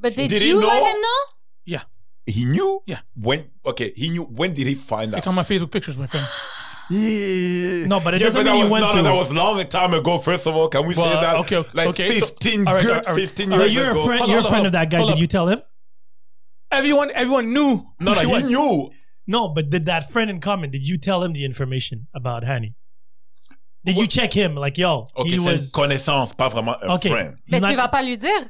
C: but did,
B: did he
C: you let
B: know?
C: him know?
B: He knew.
D: Yeah.
B: When? Okay. He knew. When did he find out?
D: It's on my Facebook pictures, my friend.
B: Yeah.
A: No, but it
B: yeah,
A: doesn't mean
B: but that
A: you
B: was
A: went
B: long,
A: to-
B: That was long a time ago. First of all, can we say
D: Well,
B: that?
D: okay, okay,
B: like
D: okay, so-
B: fifteen,
D: all right,
B: good
D: all right, all right.
B: fifteen
D: All
A: But
D: right,
B: years
A: you're a
B: ago.
A: friend.
D: Hold
A: you're
D: on,
A: a friend
D: hold
A: of
D: on,
A: that guy.
D: hold
A: Did
D: on.
A: you tell him?
D: Everyone, everyone knew. who
B: No,
D: she
B: no,
D: was.
B: he knew.
A: No, but did that friend in common? Did you tell him the information about Hani? Did you check him? Like, yo,
B: Okay,
A: he
B: c'est une
A: was
B: connaissance, pas vraiment un
A: okay.
B: friend.
A: he's
C: Mais
A: not-
C: tu vas pas lui dire.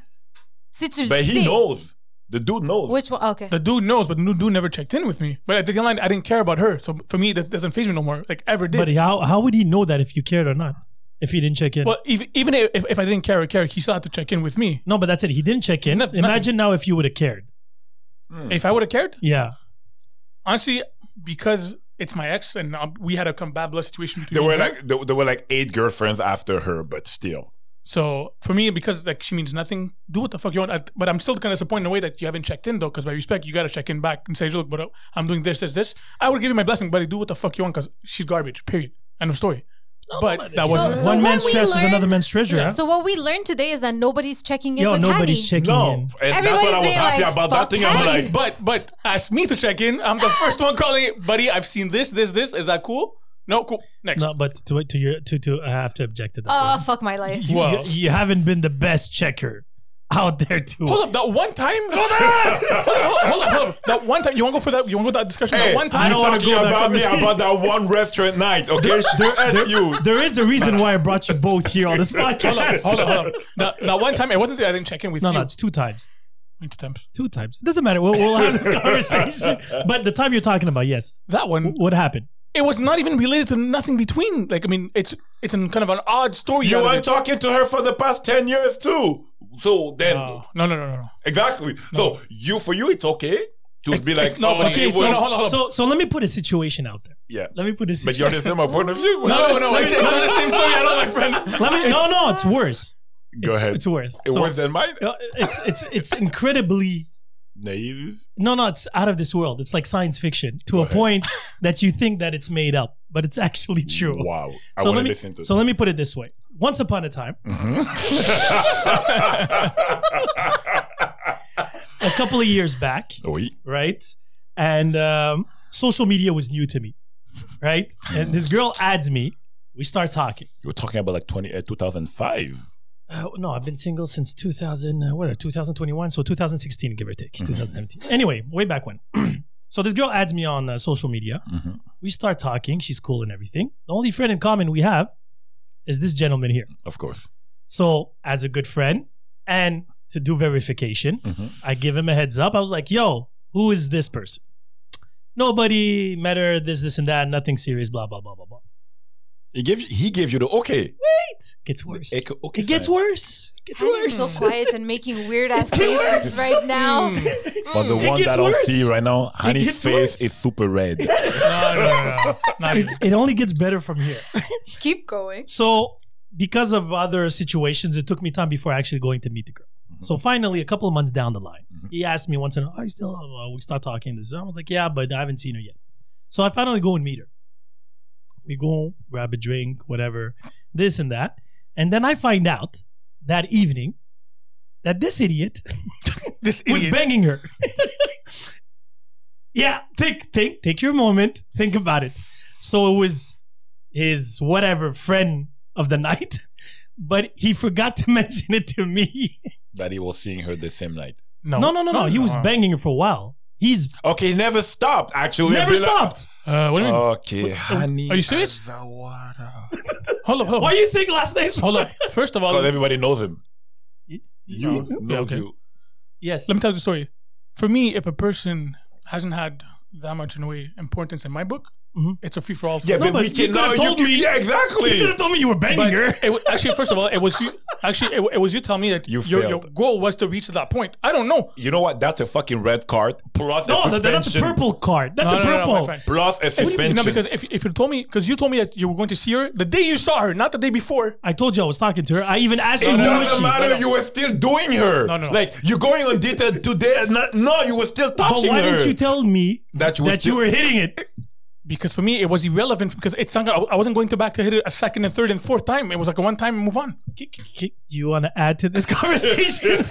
C: Si tu le
B: But he
C: sais.
B: knows. The dude knows.
C: Which one? Okay.
D: The dude knows, but the dude never checked in with me. But at the end line, I didn't care about her. So for me, that doesn't phase me no more. Like ever did.
A: but how how would he know that if you cared or not? If he didn't check in?
D: well, even, even if, if I didn't care or care, he still had to check in with me.
A: no, but that's it. He didn't check in.
D: No- nothing.
A: Imagine now if you would have cared.
B: Hmm.
D: If I would have cared,
A: Yeah.
D: honestly, because it's my ex and um, we had a compatible situation. Between
B: There
D: me
B: were
D: and her.
B: like there, there were like eight girlfriends after her, but still.
D: So for me, because like she means nothing, do what the fuck you want. I- But I'm still kind of disappointed in a way that you haven't checked in though, because by respect, you gotta check in back and say, look, but I'm doing this, this, this. I would give you my blessing, buddy. Do what the fuck you want, because she's garbage. Period. End of story. but that wasn't.
C: So
A: One
C: what
A: man's
C: we
A: stress is
C: learned-
A: another man's treasure. huh?
C: So what we learned today is that nobody's checking in
A: Yo,
C: with
A: nobody's
C: Hadi.
A: checking in.
B: No, and that's what
C: Everybody's
B: I was
C: being
B: happy
C: like,
B: about that
C: fuck
B: thing. I'm
C: Harry.
B: like, but
D: but but ask me to check in. I'm the first one calling it, buddy. I've seen this, this, this. Is that cool? No, cool. Next.
A: No, but to to your to to I have to object to that.
C: Oh fuck my life.
A: You-
D: Well.
A: you, you haven't been the best checker out there too.
D: Hold up, that one time. Hold on, hold up, hold up. That one time. You want to go for that? You want to go for that discussion?
B: hey,
D: that one time.
A: I
B: you
A: don't wanna
B: talking
A: go there,
B: about me
A: Thomas.
B: about that one restaurant night, okay? There, you.
A: There is a reason why I brought you both here on this
D: Hold up,
A: podcast.
D: hold up, hold up. That, that one time, it wasn't that I didn't check in with
A: No,
D: you.
A: no, it's two times.
D: Two times.
A: Two times. It doesn't matter. We'll, we'll have this conversation. But the time you're talking about, yes.
D: That one.
A: What happened?
D: it was not even related to nothing between. Like, I mean, it's it's an kind of an odd story.
B: You
D: out of
B: were
D: it.
B: talking to her for the past ten years too. So then,
D: No, no, no, no, no.
B: exactly. So you for you, it's okay to be like,
D: no,
B: oh,
D: okay,
B: it
D: so
B: was-
D: no, hold on, hold on.
A: So, so let me put a situation out there.
B: yeah.
A: Let me put a
B: But you're
A: situation.
B: understand my point of view.
D: no, no, no. It's, it's not the same story at all, my friend.
A: Let me. No, no, it's worse.
B: Go
A: it's,
B: ahead.
A: It's worse.
B: It
A: So,
B: was than mine.
A: uh, It's it's it's incredibly
B: Naive.
A: no no it's out of this world. It's like science fiction to a point that you think that it's made up, but it's actually true.
B: Wow. I
A: so
B: want
A: let
B: to
A: me
B: listen to
A: so let me put it this way. Once upon a time, a couple of years back,
B: Oui.
A: right? And um, social media was new to me, right? And this girl adds me. We start talking.
B: You were talking about like 20, uh, 2005.
A: Uh, no, I've been single since 2000, uh, what, 2021? So 2016, give or take, 2017. Anyway, way back when. so this girl adds me on uh, social media.
B: Mhm.
A: We start talking. She's cool and everything. The only friend in common we have is this gentleman here.
B: Of course.
A: So, as a good friend and to do verification,
B: Mm-hmm.
A: I give him a heads up. I was like, yo, who is this person? Nobody met her, this, this, and that, nothing serious, blah, blah, blah, blah, blah.
B: He gave you, he gave you the okay.
A: It gets worse.
B: Ec-
A: It
B: okay,
A: gets
B: fine.
A: worse. It gets
C: Hadi's
A: worse.
C: so quiet and making weird ass
A: It's getting worse.
C: faces right now.
B: For the
A: Mm, It
B: one
A: gets
B: that I'll
A: worse.
B: see right now, honey's
A: gets
B: face
A: worse.
B: is super red.
D: No, no, no, no. Not even.
A: It only gets better from here.
C: Keep going.
A: So, because of other situations, it took me time before actually going to meet the girl. So finally, a couple of months down the line, he asked me once, "And are you still?" Uh, we start talking. This, I was like, "Yeah, but I haven't seen her yet." So I finally go and meet her. We go grab a drink, whatever, this and that, and then I find out that evening that this idiot
D: This
A: was
D: idiot.
A: banging her. yeah, think, think, take your moment. Think about it. So it was his whatever friend of the night, but he forgot to mention it to me.
B: that he was seeing her the same night.
D: No,
A: No, no, no, no. He was
D: Oh.
A: banging her for a while. He's
B: Okay, he never stopped. Actually,
A: never
B: I'd be like,
A: stopped.
D: Uh, what do you mean?
B: okay, honey.
D: are you serious?
B: as the water.
D: Hold up, hold
A: Why
D: up.
A: are you saying last names?
D: Hold up. First of all,
B: Because
D: let
B: everybody knows him.
A: No.
B: You know
D: Yeah, okay.
B: you.
A: Yes.
D: me tell you the story. For me, if a person hasn't had that much in a way importance in my book,
A: Mhm.
D: it's a free for all.
B: Yeah,
A: No,
B: but,
A: but
B: we
A: you
B: can
A: could've
B: now. You
A: told
B: can,
A: me-
B: yeah, exactly.
A: You could have told me you were banging
D: But
A: her.
D: it wa- actually, first of all, it was you. Actually, it, wa- it was you telling me that
B: You
D: your, your
B: failed.
D: goal was to reach to that point. I don't know.
B: You know what? That's a fucking red card. Plus
A: No,
B: a
A: that, that's a
B: suspension.
A: purple card. That's
D: No,
A: a
D: no, no, no,
A: purple.
D: fine, fine.
B: Plus a
D: If-
B: suspension.
D: No, because if, if you told me, because you told me that you were going to see her the day you saw her, not the day before.
A: I told you I was talking to her. I even asked
B: it
A: her who was
B: doesn't
A: she.
B: matter. You were still doing her.
D: No, no, no.
B: Like you're going on data today. and not- No, you were still
A: But
B: touching
A: why
B: her.
A: didn't you tell me
B: That you were
A: that you
B: still-
A: were hitting it?
D: Because for me, it was irrelevant because it's not. I wasn't going to back to hit it a second and third and fourth time. It was like a one time and move on.
A: K- k- k- Do you want to add to this conversation?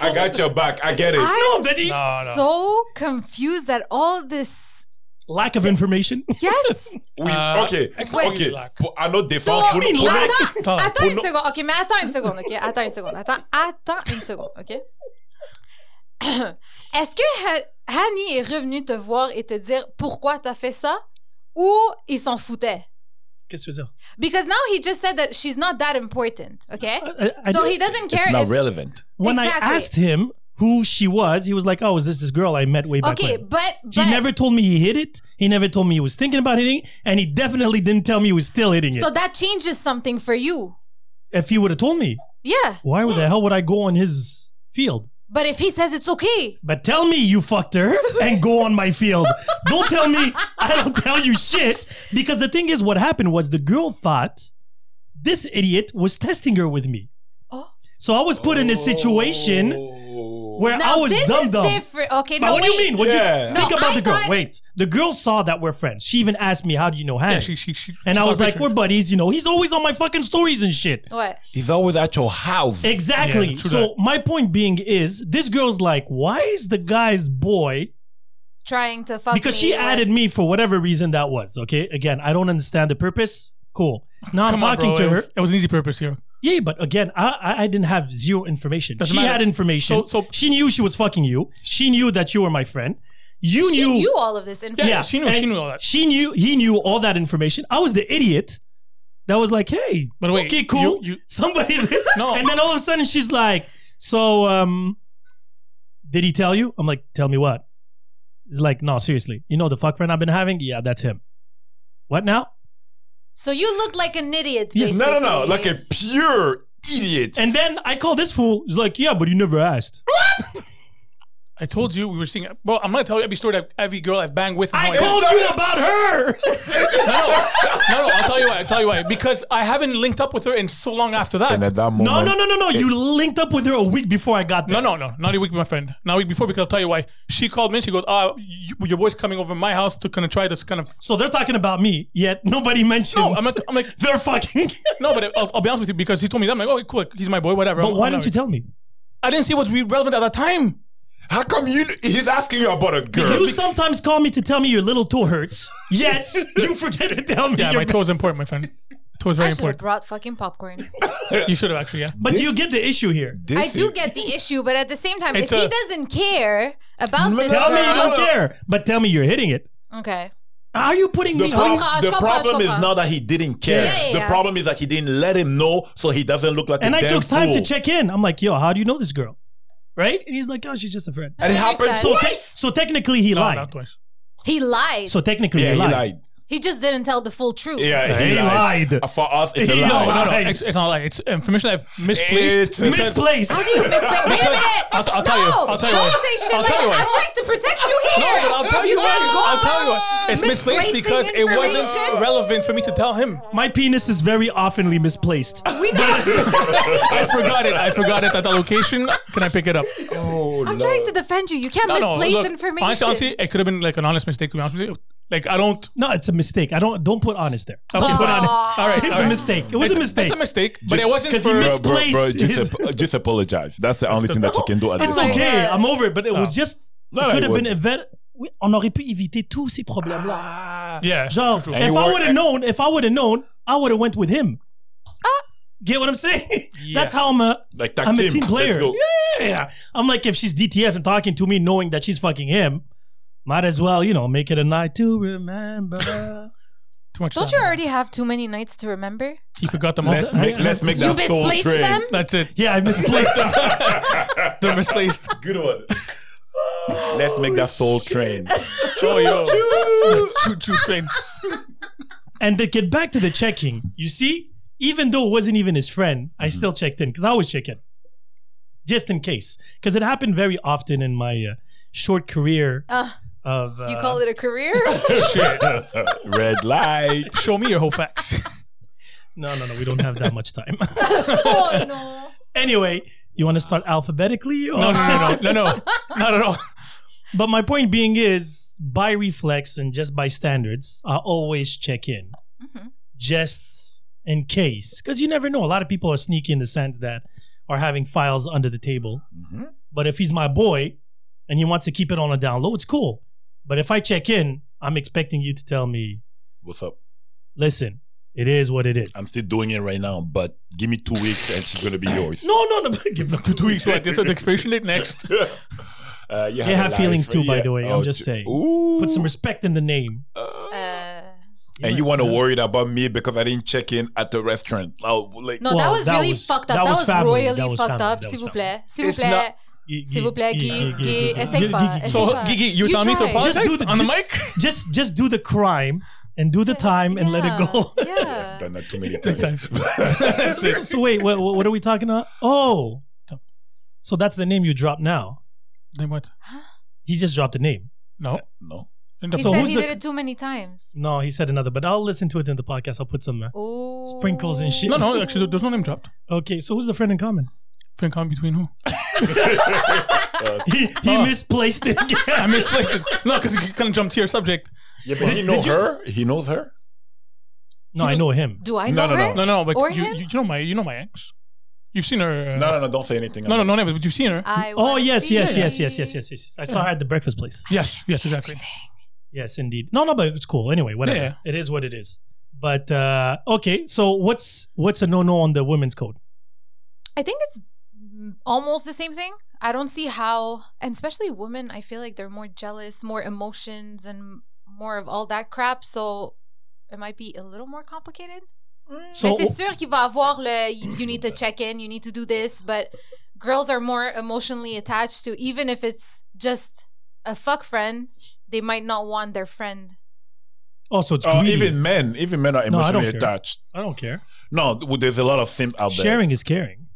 B: I got your back. I get it.
C: I'm
A: that he-
D: No, no.
C: so confused at all this.
A: Lack of information.
C: Yes.
B: We,
D: Uh,
B: okay,
D: explain
B: okay.
D: luck.
B: Pu- I know
C: So,
B: défense. Puno-
C: attends,
B: Puno-
D: Puno-
C: attends une seconde. OK, mais attends une seconde, OK? Attends une seconde. Attends, attends une seconde, OK? Est-ce que Ha- Hani est revenu te voir et te dire pourquoi t'as fait ça ou il s'en foutait?
A: Qu'est-ce que tu veux dire?
C: Because now he just said that she's not that important, OK? Uh,
A: I- I-
C: So he doesn't care
B: It's not
C: if-
B: relevant.
A: when
C: Exactly.
A: I asked him who she was, he was like, "Oh, is this this girl I met way back
C: Okay,
A: when?"
C: but,
A: He
C: but
A: never told me he hit it. He never told me he was thinking about hitting, it, and he definitely didn't tell me he was still hitting it.
C: so that changes something for you.
A: if he would have told me,
C: Yeah.
A: why the hell would I go on his field?
C: But if he says it's okay,
A: But tell me you fucked her and go on my field. don't tell me I don't tell you shit. Because the thing is, what happened was the girl thought this idiot was testing her with me.
C: Oh.
A: So I was put in a
D: Oh.
A: situation
B: Oh.
A: where
C: now
A: I was
C: this
A: dumb
C: is
A: dumb.
C: different. Okay,
A: But
C: no,
A: what do you
C: wait.
A: mean? What
B: Yeah.
A: you think
C: No,
A: about
C: I
A: the girl?
C: thought-
A: Wait, the girl saw that we're friends. She even asked me, "How do you know Hannah?"
D: Yeah, she, she, she,
A: and
D: she
A: I
D: saw
A: was like,
D: pictures.
A: "We're buddies, you know. He's always on my fucking stories and shit."
C: Ouais.
B: He's always at your house.
A: Exactly.
D: Yeah, true
A: so
D: that.
A: my point being is, this girl's like, "Why is the guy's boy
C: Trying to fuck
A: because
C: me,
A: she
C: ouais.
A: added me for whatever reason that was. Okay, again, I don't understand the purpose. Cool. Now I'm
D: Come on,
A: talking
D: bro,
A: to
D: it
A: her.
D: Was, it was an easy purpose here.
A: Yeah, but again, I I, I didn't have zero information.
D: Doesn't
A: she
D: matter.
A: had information.
D: So- so-
A: she knew she was fucking you. She knew that you were my friend. You
C: She
A: knew.
C: knew all of this information.
A: yeah,
D: she knew-
A: and
D: she knew all that.
A: She knew. He knew all that information. I was the idiot. That was like, hey,
D: But wait,
A: okay,
D: you-
A: cool.
D: you-
A: Somebody's
D: No.
A: And then all of a sudden, she's like, so, um, did he tell you? I'm like, tell me what? He's like, no, seriously, you know the fuck friend I've been having? Yeah, that's him. What now?
C: So you look like an idiot.
A: Yeah.
C: Basically.
B: No, no, no. Like a pure idiot.
A: And then I call this fool. He's like, yeah, but you never asked.
D: I told you we were seeing. Bro, I'm gonna tell you every story that every girl I've banged with. and how
A: I
D: did.
A: told you about her.
D: No, no, I'll tell you why. I'll tell you why. Because I haven't linked up with her in so long after that.
B: And at that moment,
A: No, no, no, no, no. You linked up with her a week before I got there.
D: No, no, no. Not a week, my friend. Not a week before, because I'll tell you why. She called me and she goes, uh, you, your boy's coming over my house to kind of try this kind of.
A: So they're talking about me, yet nobody mentions.
D: No, I'm like, I'm like
A: they're fucking.
D: no, but I'll, I'll be honest with you, because he told me that. I'm like, oh, cool. He's my boy, whatever.
A: but
D: I'm-
A: why
D: I'm
A: didn't you
D: married.
A: tell me?
D: I didn't see what's relevant at that time.
B: How come you? He's asking you about a girl.
A: You sometimes call me to tell me your little toe hurts, yet you forget to tell me.
D: Yeah,
A: your
D: my toe is important, my friend. Toe is
C: I should have
D: very important.
C: brought fucking popcorn.
D: You should have actually, yeah.
A: but do you get the issue here?
B: This
C: I do
B: is-
C: get the issue, but at the same time,
D: It's
C: if he
D: a-
C: doesn't care about this,
A: Tell me you
C: girl-
A: don't care, but tell me you're hitting it.
C: Okay.
A: Are you putting
B: The,
A: me
B: prob-
A: on?
C: Shkopa,
B: the
C: shkopa,
B: problem is
C: shkopa.
B: not that he didn't care.
C: Yeah, yeah,
B: the
C: yeah.
B: problem is that he didn't let him know, so he doesn't look like
A: And
B: a
A: I
B: damn
A: took time to
B: fool.
A: check in. I'm like, yo, how do you know this girl? Right? And he's like, oh, she's just a friend.
B: And it
C: I
B: happened.
C: understand.
A: So, te- so technically, he
D: No,
A: lied.
D: not twice.
C: He lied.
A: So technically,
B: yeah,
A: he lied.
C: he just didn't tell the full truth.
B: Yeah, he,
A: He
B: lied.
A: lied.
B: Uh, For us, it's a
A: He
B: lie.
A: lied.
D: No, no, no.
A: Lied.
D: It's, it's not like it's information I've
B: It's
D: misplaced.
B: a-
A: Misplaced.
C: How do you miss? Wait, wait a minute.
D: I'll t- I'll tell you.
C: No,
D: I'll tell you
C: Don't
D: what.
C: say shit
D: I'll
C: like
D: tell you
C: that.
D: what.
C: I'm trying to protect you here.
D: No, but I'll tell you
C: can't
D: why.
C: go
D: I'll tell you why. It's misplaced
C: misplacing
D: because it wasn't
C: information.
D: relevant for me to tell him.
A: My penis is very oftenly misplaced.
C: We don't.
D: I forgot it. I forgot it at the location. Can I pick it up?
B: Oh,
C: I'm trying to defend you. You can't misplace
D: look,
C: information.
D: Honestly, honestly, it could have been like an honest mistake. To be honest with you, like I don't.
A: No, it's a mistake. I don't don't put honest there.
B: Oh,
D: Okay.
A: Don't put honest.
D: All right,
A: It's
D: all right.
A: a mistake. It was
D: It's
A: a mistake.
D: It's a mistake, but it wasn't
A: 'cause he
D: for.
A: missed-
B: Bro, bro, bro,
A: Misplaced
B: just,
A: is-
B: ap- just apologize. That's the only thing that you can do at
A: It's
B: this
C: my
A: okay.
C: God.
A: I'm over it. But it was just
B: No,
A: it
B: Oh. no,
A: could
B: it
A: have been
B: wasn't.
A: event oui, on aurait pu éviter tous ces problèmes-là.
D: Yeah.
A: Genre,
D: true.
B: Ah. And
A: if
B: you
A: I
B: were-
A: would have known, if I would have known, I would have went with him. Get what I'm saying?
D: Yeah.
A: That's how I'm a,
B: Like tag
A: I'm a
B: team.
A: team player.
B: Let's go.
A: Yeah. I'm like, if she's DTF and talking to me knowing that she's fucking him, might as well, you know, make it a night to remember.
D: Too much.
C: Don't you
D: time.
C: already have too many nights to remember?
D: He forgot them all.
B: Let's make let's make
C: You
B: that soul
C: misplaced
B: train.
C: them?
D: That's it.
A: yeah, I misplaced it.
D: They're misplaced.
B: Good one. let's make that soul train.
D: Oh, yo. Choo choo train.
A: And to get back to the checking, you see, even though it wasn't even his friend, I
D: Mm-hmm.
A: still checked in because I always check in, just in case, because it happened very often in my uh, short career
C: Uh,
A: of. Uh,
C: you call it a career?
D: Uh, Shit.
B: Red light.
D: Show me your whole facts.
A: No, no, no. We don't have that much time.
C: oh no.
A: anyway, you want to start alphabetically? Or?
D: No, no, no, no, no, no, not at all.
A: But my point being is, by reflex and just by standards, I always check in,
C: Mhm.
A: just in case, because you never know. A lot of people are sneaky in the sense that are having files under the table.
B: Mhm.
A: But if he's my boy and he wants to keep it on a down low, it's cool. But if I check in, I'm expecting you to tell me,
B: What's up?
A: listen, it is what it is.
B: I'm still doing it right now, but give me two weeks and she's gonna be yours.
A: no, no, no. Give me
D: Two weeks, what? That's the expiration date next.
B: Uh, you
A: They
B: a
A: have
B: life.
A: feelings too, by
B: Yeah.
A: the way. I'm
B: Oh,
A: just
B: ju-
A: saying.
B: Ooh.
A: Put some respect in the name.
C: Uh,
B: and you want to
A: Yeah.
B: worry about me because I didn't check in at the restaurant. Oh, like
C: no, that
A: Wow,
C: was
A: that
C: really
A: was-
C: fucked
A: that
C: up. That,
A: was
C: was,
A: family,
C: royally
A: that was
C: fucked
A: family,
C: up.
A: that
C: S'il
A: was
C: vous
A: family.
C: plaît. S'il vous
B: It's not-
C: plaît. S'il vous plaît, Guy, Guy, essaye pas, essaye
D: So,
C: Yeah.
D: Gigi, you,
C: You
D: tell me to
C: try.
D: apologize
A: Just do the-
D: on the
A: just-
D: mic.
A: Just just do the crime and do the time and let it go.
C: Yeah, Yeah.
B: I've done that too many times.
A: so, so wait, what, what are we talking about? Oh. So that's the name you dropped now.
D: Then what?
A: He just dropped the name.
D: No.
B: no.
D: Then
C: He
D: the-
A: So
C: said
A: who's
C: he
A: the-
C: did it too many times.
A: No, he said another, but I'll listen to it in the podcast. I'll put some. Uh,
C: Oh.
A: Sprinkles and shit.
D: no, no. Actually, there's no name dropped.
A: okay, so who's the friend in common?
D: Friend comment between who?
A: He, he
D: Oh.
A: misplaced it again.
D: I misplaced it. No, because you kind of jumped to your subject.
B: Yeah, but he knows her. He knows her.
A: No, I know him.
C: Do I
B: No,
C: know
B: no,
C: her?
D: No, no. But
C: Or
D: you,
C: him?
D: you, you know my, you know my ex. You've seen her. Uh,
B: No, no, no. Don't say anything.
D: no, no, no, names, but you've seen her.
C: I
A: Oh
C: wanna
A: yes,
C: see
A: yes,
C: it.
A: yes, yes, yes, yes, yes. yes. I saw her at the breakfast place.
D: yes, yes, exactly.
A: Yes, indeed. No, no, but it's cool. Anyway, whatever.
D: Yeah.
A: It is what it is. But uh, okay, so what's what's a no no on the women's code?
C: I think it's mm, almost the same thing. I don't see how, and especially women, I feel like they're more jealous, more emotions, and more of all that crap. So it might be a little more complicated.
A: So
C: Mais c'est sûr qu'il va avoir le you you need to check in, you need to do this, but girls are more emotionally attached to even if it's just a fuck friend, they might not want their friend.
A: oh, so it's
B: Oh,
A: greedy.
B: even men, even men are
A: No, I don't
B: emotionally
A: care.
B: attached.
A: I don't care.
B: No, th- there's a lot of simp out there.
A: Sharing is caring.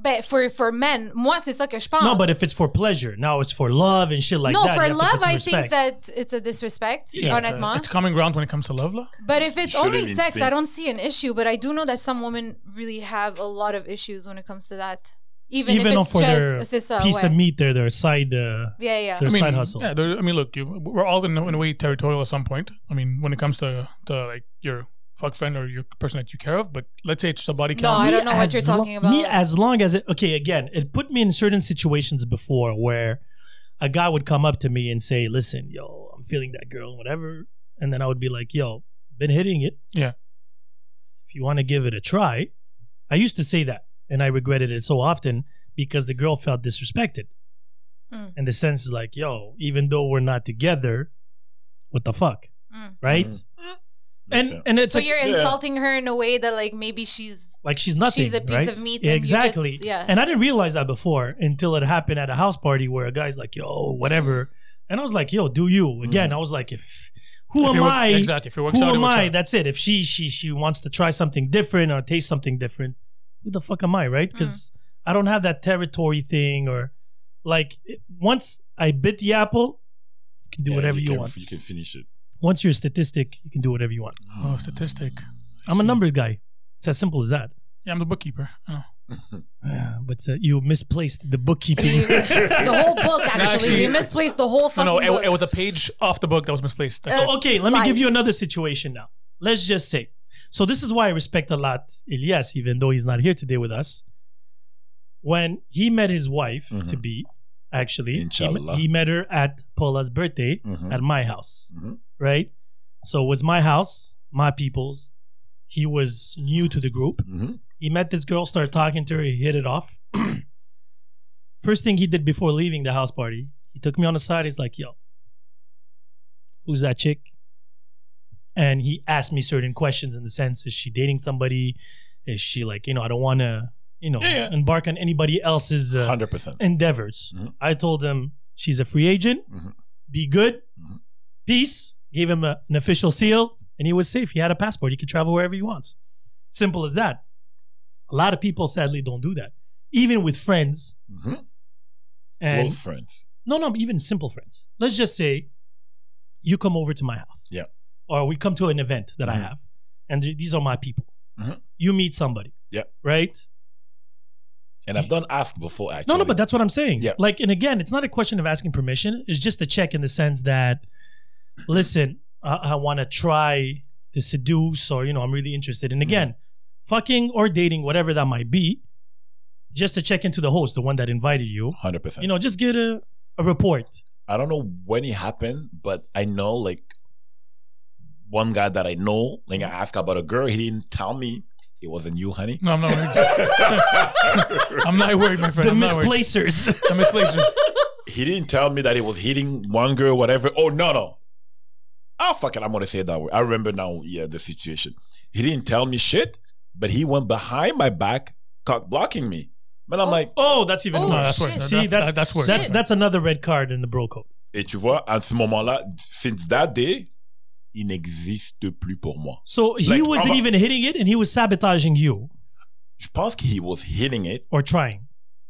C: But for for men, moi c'est ça que je pense.
A: No, but if it's for pleasure, now it's for love and shit like
C: no,
A: that. you
C: for
A: have to put
C: love,
A: some
C: I think
A: respect.
C: that it's a disrespect,
A: Yeah, it's a-
C: honnêtement.
D: It's common ground when it comes to love, la.
C: But if it's
B: You shouldn't
C: only
B: even
C: sex, I
B: think-
C: don't see an issue. But I do know that some women really have a lot of issues when it comes to that. Even,
A: even
C: if
A: though
C: it's
A: for their
C: just, c'est ça,
A: piece of
C: ouais.
A: meat, their their side. Uh,
C: Yeah, yeah.
A: their
D: I mean,
A: side hustle.
D: Yeah, there- I mean, look, you, we're all in, in a way territorial at some point. I mean, when it comes to, to like your fuck friend or your person that you care of, but let's say it's just a body
C: No,
D: count.
C: I
A: Me
C: don't know what
A: as
C: you're
A: lo-
C: talking about.
A: Me, as long as it, okay, again, it put me in certain situations before where a guy would come up to me and say, Listen, yo, I'm feeling that girl, whatever. And then I would be like, Yo, been hitting it.
D: Yeah.
A: If you want to give it a try, I used to say that and I regretted it so often because the girl felt disrespected.
C: Mm.
A: And the sense is like, Yo, even though we're not together, what the fuck?
C: Mm.
A: Right?
B: Mhm.
A: And,
B: Makes
A: and it's
C: So
A: like-
C: you're
B: yeah.
C: insulting her in a way that, like, maybe she's.
A: like she's nothing.
C: She's a piece
A: right?
C: of meat
A: Yeah,
C: and you just-
A: exactly.
C: yeah.
A: And I didn't realize that before until it happened at a house party where a guy's like, "Yo, whatever," and I was like, "Yo, do you?" Again, I was like, if, "Who
D: If it
A: am
D: wor-
A: I?
D: Exactly. If it works
A: who
D: out, it
A: am
D: works
A: I?"
D: out.
A: That's it. If she she she wants to try something different or taste something different, who the fuck am I, right? Because I don't have that territory thing or like it- once I bit the apple, you can do
B: Yeah,
A: whatever
B: you
A: you,
B: can,
A: want.
B: You can finish it.
A: once you're a statistic, you can do whatever you want.
D: Oh, statistic.
A: I'm a numbers guy. It's as simple as that.
D: Yeah, I'm the bookkeeper. I know.
A: Yeah, but uh, you misplaced the bookkeeping.
C: the whole book, actually.
D: actually-
C: you misplaced the whole fucking
D: No, no,
C: book.
D: it, it was a page off the book that was misplaced. That's it.
A: so, okay, let me give
C: Lies.
A: you another situation now. Let's just say. So, this is why I respect a lot Elias, even though he's not here today with us. When he met his wife to be, actually.
B: Inshallah.
A: He, he met her at Paula's birthday
B: Mhm.
A: at my house,
B: Mhm.
A: right? So it was my house, my people's. He was new to the group.
B: Mhm.
A: He met this girl, started talking to her, he hit it off. First thing he did before leaving the house party, he took me on the side. He's like, yo, who's that chick? And he asked me certain questions in the sense, is she dating somebody? Is she like, you know, I don't want to, you know,
B: Yeah, yeah.
A: embark on anybody else's uh,
B: 100%.
A: endeavors.
B: Mhm.
A: I told him she's a free agent.
B: Mhm.
A: Be good.
B: Mhm.
A: Peace. Gave him a- an official seal, and he was safe. He had a passport. He could travel wherever he wants. Simple as that. A lot of people sadly don't do that, even with friends
B: Mhm.
A: and
B: Close friends.
A: no, no, even simple friends. Let's just say you come over to my house.
B: Yeah.
A: Or we come to an event that I
B: Mhm.
A: have, and th- these are my people.
B: Mhm.
A: You meet somebody.
B: Yeah.
A: Right?
B: And I've done ask before, actually.
A: No, no, but that's what I'm saying.
B: Yeah.
A: Like, and again, it's not a question of asking permission. It's just a check in the sense that, listen, I, I want to try to seduce, or you know, I'm really interested.
B: Mm-hmm.
A: And again, fucking or dating, whatever that might be, just to check into the host, the one that invited you.
B: 100%.
A: You know, just get a, a report.
B: I don't know when it happened, but I know like one guy that I know, like I asked about a girl, he didn't tell me it wasn't you, honey.
D: No, I'm not worried. I'm not worried, my friend.
A: the
D: I'm not worried.
A: misplacers.
D: The misplacers.
B: He didn't tell me that he was hitting one girl, whatever. Oh no, no. Oh fuck it, I'm gonna say it that way. I remember now, yeah, the situation. He didn't tell me shit, but he went behind my back, cock blocking me. But I'm
C: Oh.
B: like,
A: oh, that's even
C: Oh,
A: worse.
D: No, that's worse.
C: shit.
A: See, that's
D: that's worse.
A: That's that's another red card in the bro code.
B: et tu vois, à ce moment-là, since that day, il n'existe plus pour moi.
A: So he
B: Like,
A: wasn't
B: I'm a-
A: even hitting it, and he was sabotaging you
B: Je pense qu'il was hitting it.
A: or trying.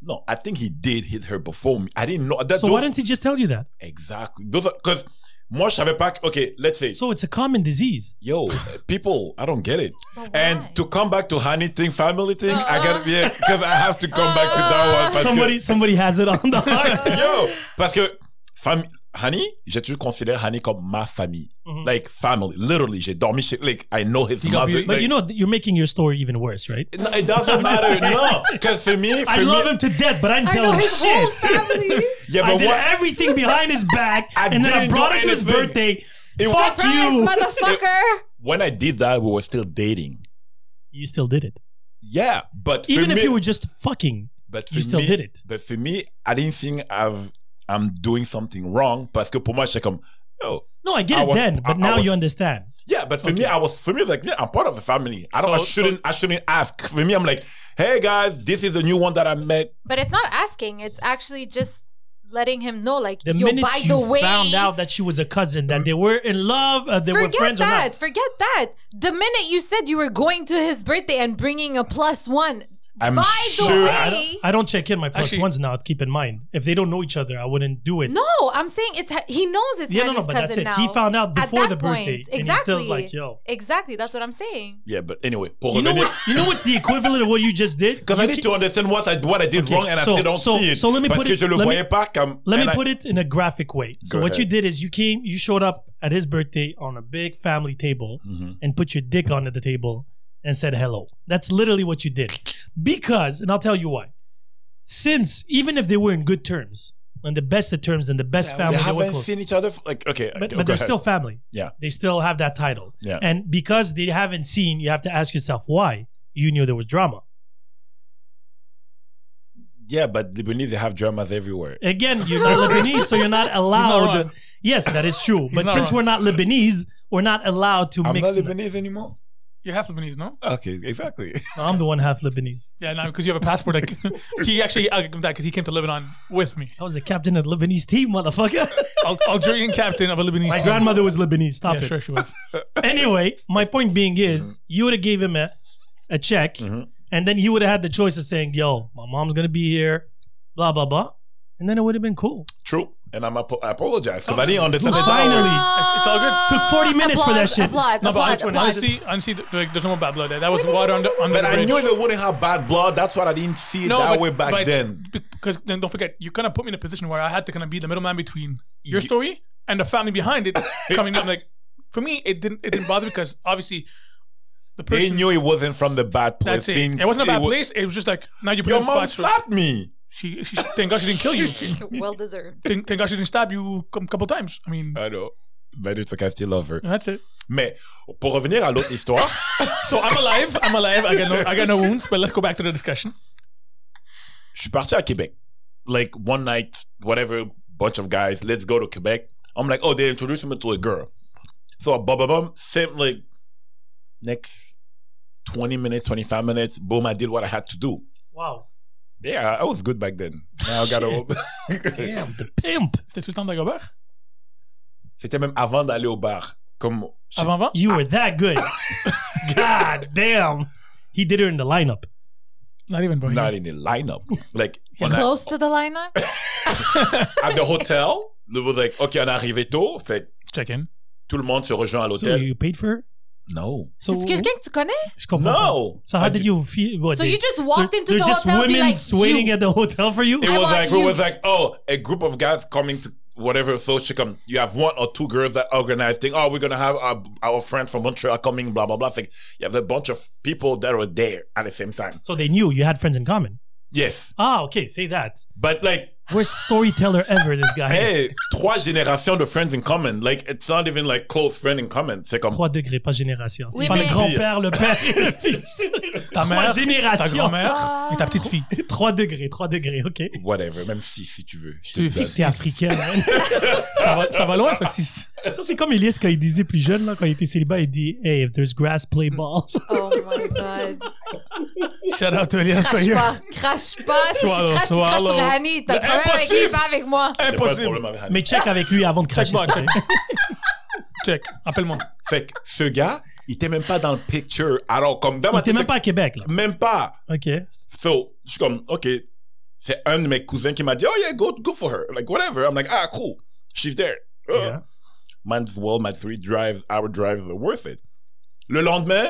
B: No, I think he did hit her before me. I didn't know that.
A: so why
B: those-
A: didn't he just tell you that?
B: Exactly. Those are because moi je savais pas. que- Okay, let's say.
A: So it's a common disease.
B: Yo, people, I don't get it.
C: But why?
B: And to come back to honey thing, family thing, I
C: Uh-uh.
B: gotta yeah, because I have to come back to that one. Parce
A: somebody somebody has it on the
B: que,
A: heart.
B: yo, parce que fami- honey, j'ai toujours considéré honey comme ma famille,
A: Mhm.
B: like family. Literally, j'ai dormi chez like I know his
D: got
B: mother.
D: beauty-
A: but
B: like-
A: you know th- you're making your story even worse, right?
B: No, it doesn't matter. No, because for me, for
A: I
B: me,
A: love him to death, but I didn't
C: I
A: tell
C: know
A: him
C: his whole
A: shit.
C: family.
B: yeah,
A: I
B: but
A: did
B: what?
A: everything behind his back,
B: I
A: and then I
B: didn't
A: brought
B: do
A: it to his
B: anything.
A: birthday.
B: It-
A: Fuck you!
C: Surprise, motherfucker.
B: when I did that, we were still dating.
A: you still did it,
B: Yeah, but for
A: even if
B: me-
A: you were just fucking.
B: But
A: You
B: for
A: still
B: me-
A: did it.
B: But for me, I didn't think I've I'm doing something wrong parce que pour moi j'étais comme oh
A: No, I get
B: I
A: it
B: was-
A: then,
B: I-
A: but
B: I
A: now
B: was-
A: you understand.
B: yeah but for me I was for me it's like yeah, I'm part of the family I don't I
D: So-
B: shouldn't I shouldn't ask for me I'm like hey guys this is the new one that I met
C: But it's not asking. It's actually just letting him know, like,
A: The
C: yo,
A: minute
C: by
A: you
C: the way,
A: found out that she was a cousin, that they were in love, uh, they were
C: forget
A: friends or
C: that.
A: not.
C: Forget that. The minute you said you were going to his birthday and bringing a plus one,
B: I'm
C: by the
B: sure
C: way,
B: I
A: I don't check in my plus
D: Actually-
A: ones now. Keep in mind, if they don't know each other, I wouldn't do it.
C: no, I'm saying it's he knows it's
A: Yeah, no,
C: Henry's
A: no, but that's
C: cousin
A: it.
C: now.
A: He found out
C: At
A: before
C: that
A: the birthday,
C: point,
A: and he
C: exactly.
A: still's like, yo.
C: exactly. That's what I'm saying.
B: yeah but anyway pour
A: You know
B: revenir
A: what? You know what's the equivalent of what you just did?
B: because
A: You
B: I need
A: ca-
B: to understand what I what I did
A: Okay,
B: wrong and
A: so-
B: I still don't
A: so-
B: see it
A: so let me
B: parce
A: put
B: que
A: it-
B: je le
A: let me-
B: voyais pas comme
A: Let
B: and
A: me
B: I-
A: put it in a graphic way. So
B: Go
A: what
B: ahead.
A: you did is you came, you showed up at his birthday on a big family table
B: Mhm.
A: and put your dick onto the table and said hello. That's literally what you did. Because, and I'll tell you why. Since even if they were in good terms, on the best of terms and the best
B: they
A: family, they were
B: haven't
A: close.
B: seen each other for, like okay
A: but, but
B: go- go
A: they're
B: ahead.
A: still family.
B: Yeah.
A: They still have that title.
B: Yeah.
A: And because they haven't seen, you have to ask yourself why you knew there was drama.
B: yeah but the Lebanese they have dramas everywhere
A: Again, you're not Lebanese, so you're not allowed.
D: wrong.
A: yes, that is true. But
D: not
A: since
D: wrong.
A: we're not Lebanese, we're not allowed to
B: I'm
A: mix.
B: not
A: in-
B: Lebanese anymore
D: You're half Lebanese, no?
B: okay exactly
A: No, I'm the one half Lebanese.
D: Yeah, no, because you have a passport. Like he actually I give that because he came to Lebanon with me.
A: I was the captain of the Lebanese team, motherfucker.
D: Al- Algerian captain of a Lebanese.
A: My
D: team.
A: grandmother was Lebanese. Stop
D: Yeah,
A: it.
D: sure she was.
A: Anyway, my point being
B: Mm-hmm.
A: is, you would have gave him a, a check,
B: Mhm.
A: and then you would have had the choice of saying, "Yo, my mom's gonna be here," blah blah blah, and then it would have been cool.
B: True. And I'm apo- I apologize because I didn't understand it. that
A: Finally.
B: way.
D: It's, it's all good.
A: Took 40 minutes for that
C: Applause,
A: shit.
C: Applaud,
D: No,
C: applaud,
D: but
C: applaud.
D: honestly, honestly, th- like, there's no more bad blood there. That was water under under
B: But
D: the
B: I
D: bridge.
B: knew they wouldn't have bad blood. That's what I didn't see it that way back then.
D: Because then don't forget, you kind of put me in a position where I had to kind of be the middleman between your story and the family behind it coming up. Like for me, it didn't it didn't bother because obviously the
B: They
D: person
B: knew it wasn't from the bad place.
D: that's it.
B: Since
D: It wasn't a bad
B: wa-
D: place. It was just like now you put
B: Your
D: on
B: mom
D: spots for
B: slapped me.
D: she, she thank God she didn't kill you.
C: well deserved.
D: Thank, thank God she didn't stab you a couple times. I mean,
B: I know. Better to cast your lover.
D: that's it.
B: Mais pour revenir à l'autre histoire,
D: So I'm alive. I'm alive. I got no, I got no wounds. But let's go back to the discussion.
B: je suis parti à Québec. Like one night, whatever, bunch of guys, let's go to Quebec. I'm like, oh, they introduced me to a girl. So I bum bum bum, same like next 20 minutes, 25 minutes, boom, I did what I had to do.
A: Wow.
B: Yeah, I was good back then. Now I got old.
A: Damn, the pimp.
D: C'était tout le temps de la Gobert?
B: C'était même avant d'aller au bar. Comme
D: Avant avant?
A: You were that good. God damn. He did her in the lineup.
D: Not even, bro.
B: not in the lineup. Like on a,
C: Close to the lineup.
B: at the hotel, it was like ok, on est arrivé tôt. Fait
D: Check in.
B: tout le monde se rejoint à
A: So
B: l'hôtel.
A: you paid for her?
B: no,
A: So
C: It's quelqu'un que tu connais?
A: Je comprends pas.
B: no.
A: So how
B: I
A: did
B: ju-
A: you feel? What,
C: So
A: they-
C: you just walked
A: they're-
C: into
A: they're
C: the
A: just
C: hotel be
A: women
C: like,
A: waiting
C: you.
A: at the hotel for you?
B: It
C: I
B: was
C: want
B: like it
C: you.
B: was like oh, a group of guys coming to whatever. So she come. You have one or two girls that organize thing. Oh, we're gonna have our, our friend from Montreal coming. Blah blah blah. Like you have a bunch of people that were there at the same time.
A: So they knew you had friends in common.
B: Yes,
A: Ah, okay, say that.
B: but like
A: Worst storyteller ever, this guy.
B: hey, trois générations de friends in common. Like it's not even like close friend in common. C'est comme
A: Trois degrés, pas génération. C'était
C: Oui,
A: pas
C: mais-
A: le grand-père, le père et le fils.
D: Ta
A: Trois
D: mère, ta
A: générations.
D: grand-mère
C: Ah.
D: et ta petite fille.
A: Trois degrés, trois degrés, ok.
B: whatever. Même si si tu veux, je te
D: Tu
B: donne.
A: C'est africain, man.
D: Ça va, ça va loin, ça. Si,
A: Ça, c'est comme Elias quand il disait plus jeune, là, quand il était célibat, il dit Hey, if there's grass, play ball.
C: Oh my god.
D: shout out to Elias
C: Crache
D: Fayer.
C: pas. Crache pas. Si tu
D: Swallow,
C: craches, tu craches sur
D: swallow.
C: Hani. T'as le
D: Mais
C: problème avec lui,
D: impossible.
C: pas avec moi.
B: J'ai pas de
D: Impossible.
B: problème avec Hannah.
A: Mais check avec lui avant de cracher.
D: Check-moi,
A: s'il te plaît.
D: Check. Appelle-moi.
B: Fait que ce gars, il était même pas dans le picture. Alors, comme dans
A: Il
B: ma
A: était
B: tête,
A: même pas
B: c'est-
A: à Québec, là.
B: Même pas.
A: Ok.
B: So, je suis comme, OK. C'est un de mes cousins qui m'a dit, oh yeah, go, go for her. Like, whatever. I'm like, ah, cool. She's there. Uh,
A: Yeah.
B: Might as well, my three drives, our drives are worth it. Le lendemain,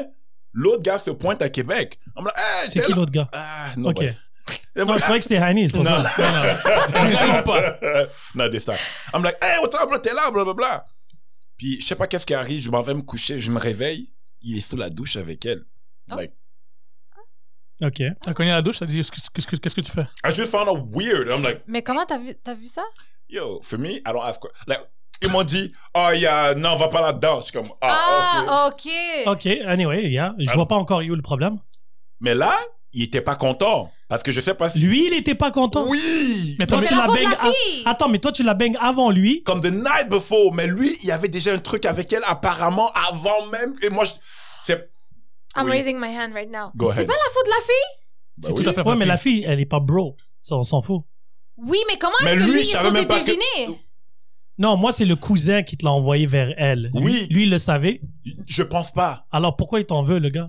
B: l'autre gars se pointe à Québec. I'm like, hey,
A: C'est qui
B: tel-
A: l'autre gars
B: Ah,
A: Ok.
B: nobody. I'm
A: Non,
B: like,
A: je croyais que c'était Hani, c'est pour ça.
D: Vraiment pas.
B: non, des stars. I'm like, hey, what's up, bro? T'es là, blablabla. Puis, je sais pas qu'est-ce qui arrive. Je m'en vais me coucher. Je me réveille. Il est sous la douche avec elle.
C: Oh.
B: Like,
A: Ok.
D: T'as cogné à la douche, t'as dit qu'est-ce que- qu'est-ce que qu'est-ce que tu fais?
B: I just found out weird. I'm like,
C: Mais comment t'as vu, t'as vu ça?
B: yo, for me, I don't have. que- Like, ils m'ont dit, oh, yeah, non, on va pas là-dedans. Je suis comme, ah, ok.
C: Ah, ok.
A: Ok, anyway, yeah. Je vois pas encore où le problème.
B: Mais là, il était pas content. Parce que je sais pas si.
A: Lui, il était pas content.
B: Oui!
D: Mais
A: Toi,
D: toi,
C: Mais
A: tu Ah,
C: c'est la faute de la
A: baignes a-
C: fille.
A: Attends, mais toi, tu la baignes avant lui.
B: Comme the night before. Mais lui, il y avait déjà un truc avec elle, apparemment, avant même. Et moi, je. C'est.
C: I'm
B: Oui.
C: raising my hand right now.
B: Go
C: C'est
B: ahead.
C: pas la faute de la fille?
B: Bah
D: c'est
B: oui.
D: tout à fait
A: Ouais, mais
D: facile.
A: la fille, elle est pas bro. Ça, on s'en fout.
C: Oui, mais comment
B: Mais
C: est-ce que
B: lui,
C: lui,
B: je
C: il est
B: savais
C: supposé
B: même pas que-
C: deviner?
A: Non, moi, c'est le cousin qui te l'a envoyé vers elle. Lui-
B: Oui.
A: Lui, il le savait.
B: Je pense pas.
A: Alors, pourquoi il t'en veut, le gars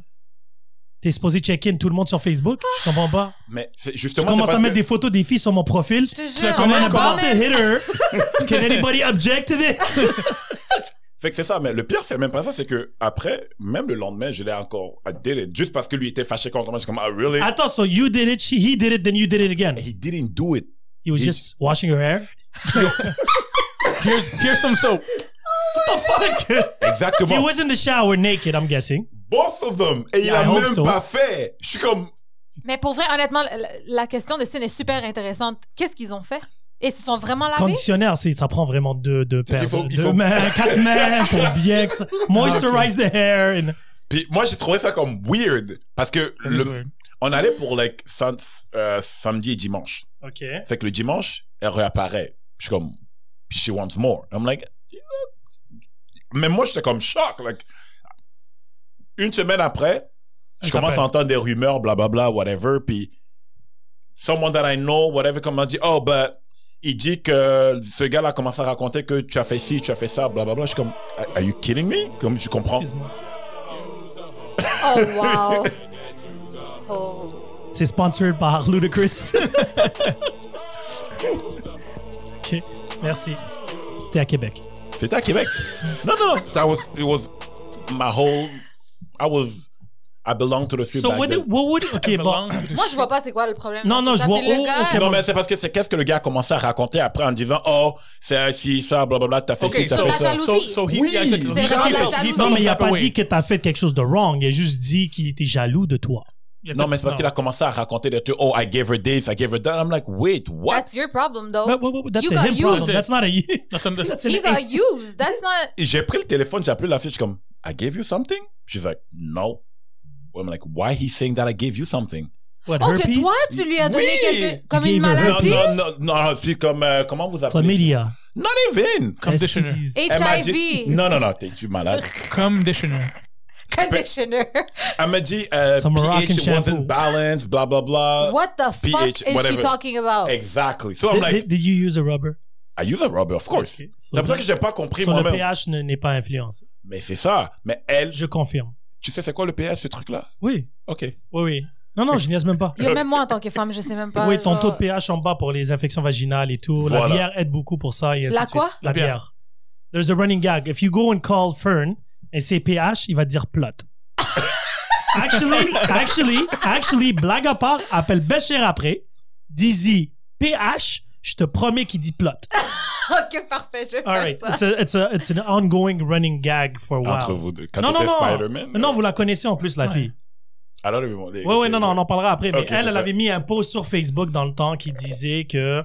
A: T'es supposé check-in tout le monde sur Facebook Je comprends pas.
B: Mais c'est-
A: Je
B: justement.
A: commence
B: c'est
A: à
B: parce
A: mettre
B: que-
A: des photos des filles sur mon profil.
C: Je te
A: I'm
C: jure,
A: gonna
C: on en
A: about to
C: parle.
A: hit her. Can anybody object to this
B: Fait que c'est ça, mais le pire, c'est même pas ça, c'est que après, même le lendemain, je l'ai encore à did it, juste parce que lui était fâché contre moi. Je suis comme, ah, really?
A: Attends, so you did it, she, he did it, then you did it again.
B: He didn't do it.
A: He was
B: He-
A: just washing her hair.
D: Here's, here's some soap.
A: What the fuck He
B: Exactement.
A: was in the shower naked, I'm guessing.
B: Both of them. Et il
A: Yeah, I
B: a
A: hope
B: même
A: so.
B: pas fait. Je suis comme,
C: Mais pour vrai, honnêtement, la, la question de Sin est super intéressante. Qu'est-ce qu'ils ont fait? Et ils se sont vraiment lavés?
A: Conditionnaire, c'est- ça prend vraiment deux, deux paires.
B: faut- il
A: deux
B: faut- Ah,
A: mains, quatre mains pour bien que ça- Moisturize the hair. and-
B: Puis moi, j'ai trouvé ça comme weird parce que le-
D: weird.
B: on allait pour like sam- euh, samedi et dimanche.
A: Ok.
B: Fait que le dimanche, elle réapparaît. Je suis comme, she wants more. I'm like, you know. mais moi, j'étais comme choc. Like, une semaine après, je
D: Elle
B: commence
D: t'appelle.
B: à entendre des rumeurs, blablabla, whatever. Puis, someone that I know, whatever, comme on dit, oh, ben, il dit que ce gars-là commence à raconter que tu as fait ci, tu as fait ça, blablabla. Je suis comme, are are you kidding me? Comme, je comprends.
A: Excuse-moi.
C: Oh, wow. Oh.
A: C'est sponsored par Ludacris. ok, merci. C'était à Québec.
B: C'était à Québec. Non, non, non. That was, it was my whole. I was. I belong to the street.
A: So
B: back
A: what,
B: then.
A: do- what would ok bon
C: Moi, je vois pas c'est quoi le problème.
A: Non, non,
C: Ils
A: je vois-
C: appellent le
A: oh,
C: gars.
A: ok,
B: Non, mais c'est parce que c'est qu'est-ce que le gars a commencé à raconter après en disant Oh, c'est ci, ça, blablabla, t'as fait
D: Okay,
B: ci, t'as
D: so-
B: fait
C: la
B: ça.
C: jalousie.
D: So, so he,
B: Oui.
D: yeah, exactly.
B: C'est
D: He
C: vraiment
D: found
C: la
D: out- he
C: jalousie.
D: found
A: non mais il
D: out
A: a pas
D: away.
A: dit que t'as fait quelque chose de wrong il a juste dit qu'il était jaloux de toi
D: y a
B: Non,
D: peut-être-
B: mais c'est parce qu'il a commencé à raconter des trucs. Oh, I gave her this, I gave her that. I'm like, wait, what?
C: That's your problem, though.
A: But, but, but that's
C: Oh, You
A: a
C: got
A: him
C: used.
A: problem. That's not a you.
D: That's some- that's-
A: That's an
C: He got
A: it-
C: used. That's not.
B: Et j'ai pris le téléphone, j'ai appelé la fille, je suis comme, I gave you something? She's like, no. I'm like, why he saying that I gave you something?
A: what,
C: Oh, que
A: herpes?
C: toi, tu lui as donné
B: Oui.
C: quelque. Comme
A: gave
C: une
A: her
B: Non,
C: maladie.
B: non, non, non, puis comme, euh, comment vous appelez?
A: Chlamydia.
B: Not even.
D: Conditioner.
A: STDs.
B: Elle m'a dit-
C: HIV.
B: Non, non, non, t'es-tu malade?
D: Conditioner.
C: Conditioner.
B: Elle m'a dit, euh,
A: Some Moroccan
B: pH
A: shampoo.
B: wasn't balanced, blah, blah, blah.
C: What the fuck
B: pH,
C: is she
B: whatever.
C: talking about?
B: Exactly. So I'm
A: Did,
B: like,
A: did, did you use a rubber?
B: I use a rubber, of course.
A: Ok, so-
B: C'est pour ça que j'ai pas compris
A: So le
B: moi-même.
A: pH ne- n'est pas influencé.
B: Mais c'est ça. Mais elle,
A: Je confirme.
B: tu sais c'est quoi le pH, ce truc-là?
A: Oui,
B: OK.
A: oui, oui. Non, non, je niaise même pas.
C: Yo, même moi, en tant que femme, je sais même pas.
A: Oui, ton
C: genre-
A: taux de pH en bas pour les infections vaginales et tout. La
B: Voilà.
A: bière aide beaucoup pour ça. Et ainsi
C: La
A: de suite.
C: quoi?
A: La
D: La bière.
A: bière. There's a running gag. If you go and call Fern et c'est pH, il va dire plot. actually, actually, actually, blague à part, appelle Becher après. Dizzy, pH, je te promets qu'il dit plot.
C: Ok, parfait, je vais
A: All right.
C: faire ça.
A: It's, a, it's, a, it's an ongoing running gag for a while.
B: Entre vous deux. Quand
A: non, non,
B: t'étais
A: non.
B: Spider-Man. euh,
A: Non, vous la connaissez en plus, la fille.
B: Alors, ils vont dire.
A: Ouais, ouais, non, non, on en parlera après. Mais
B: Ok,
A: elle,
B: c'est
A: elle
B: ça.
A: avait mis un post sur Facebook dans le temps qui disait que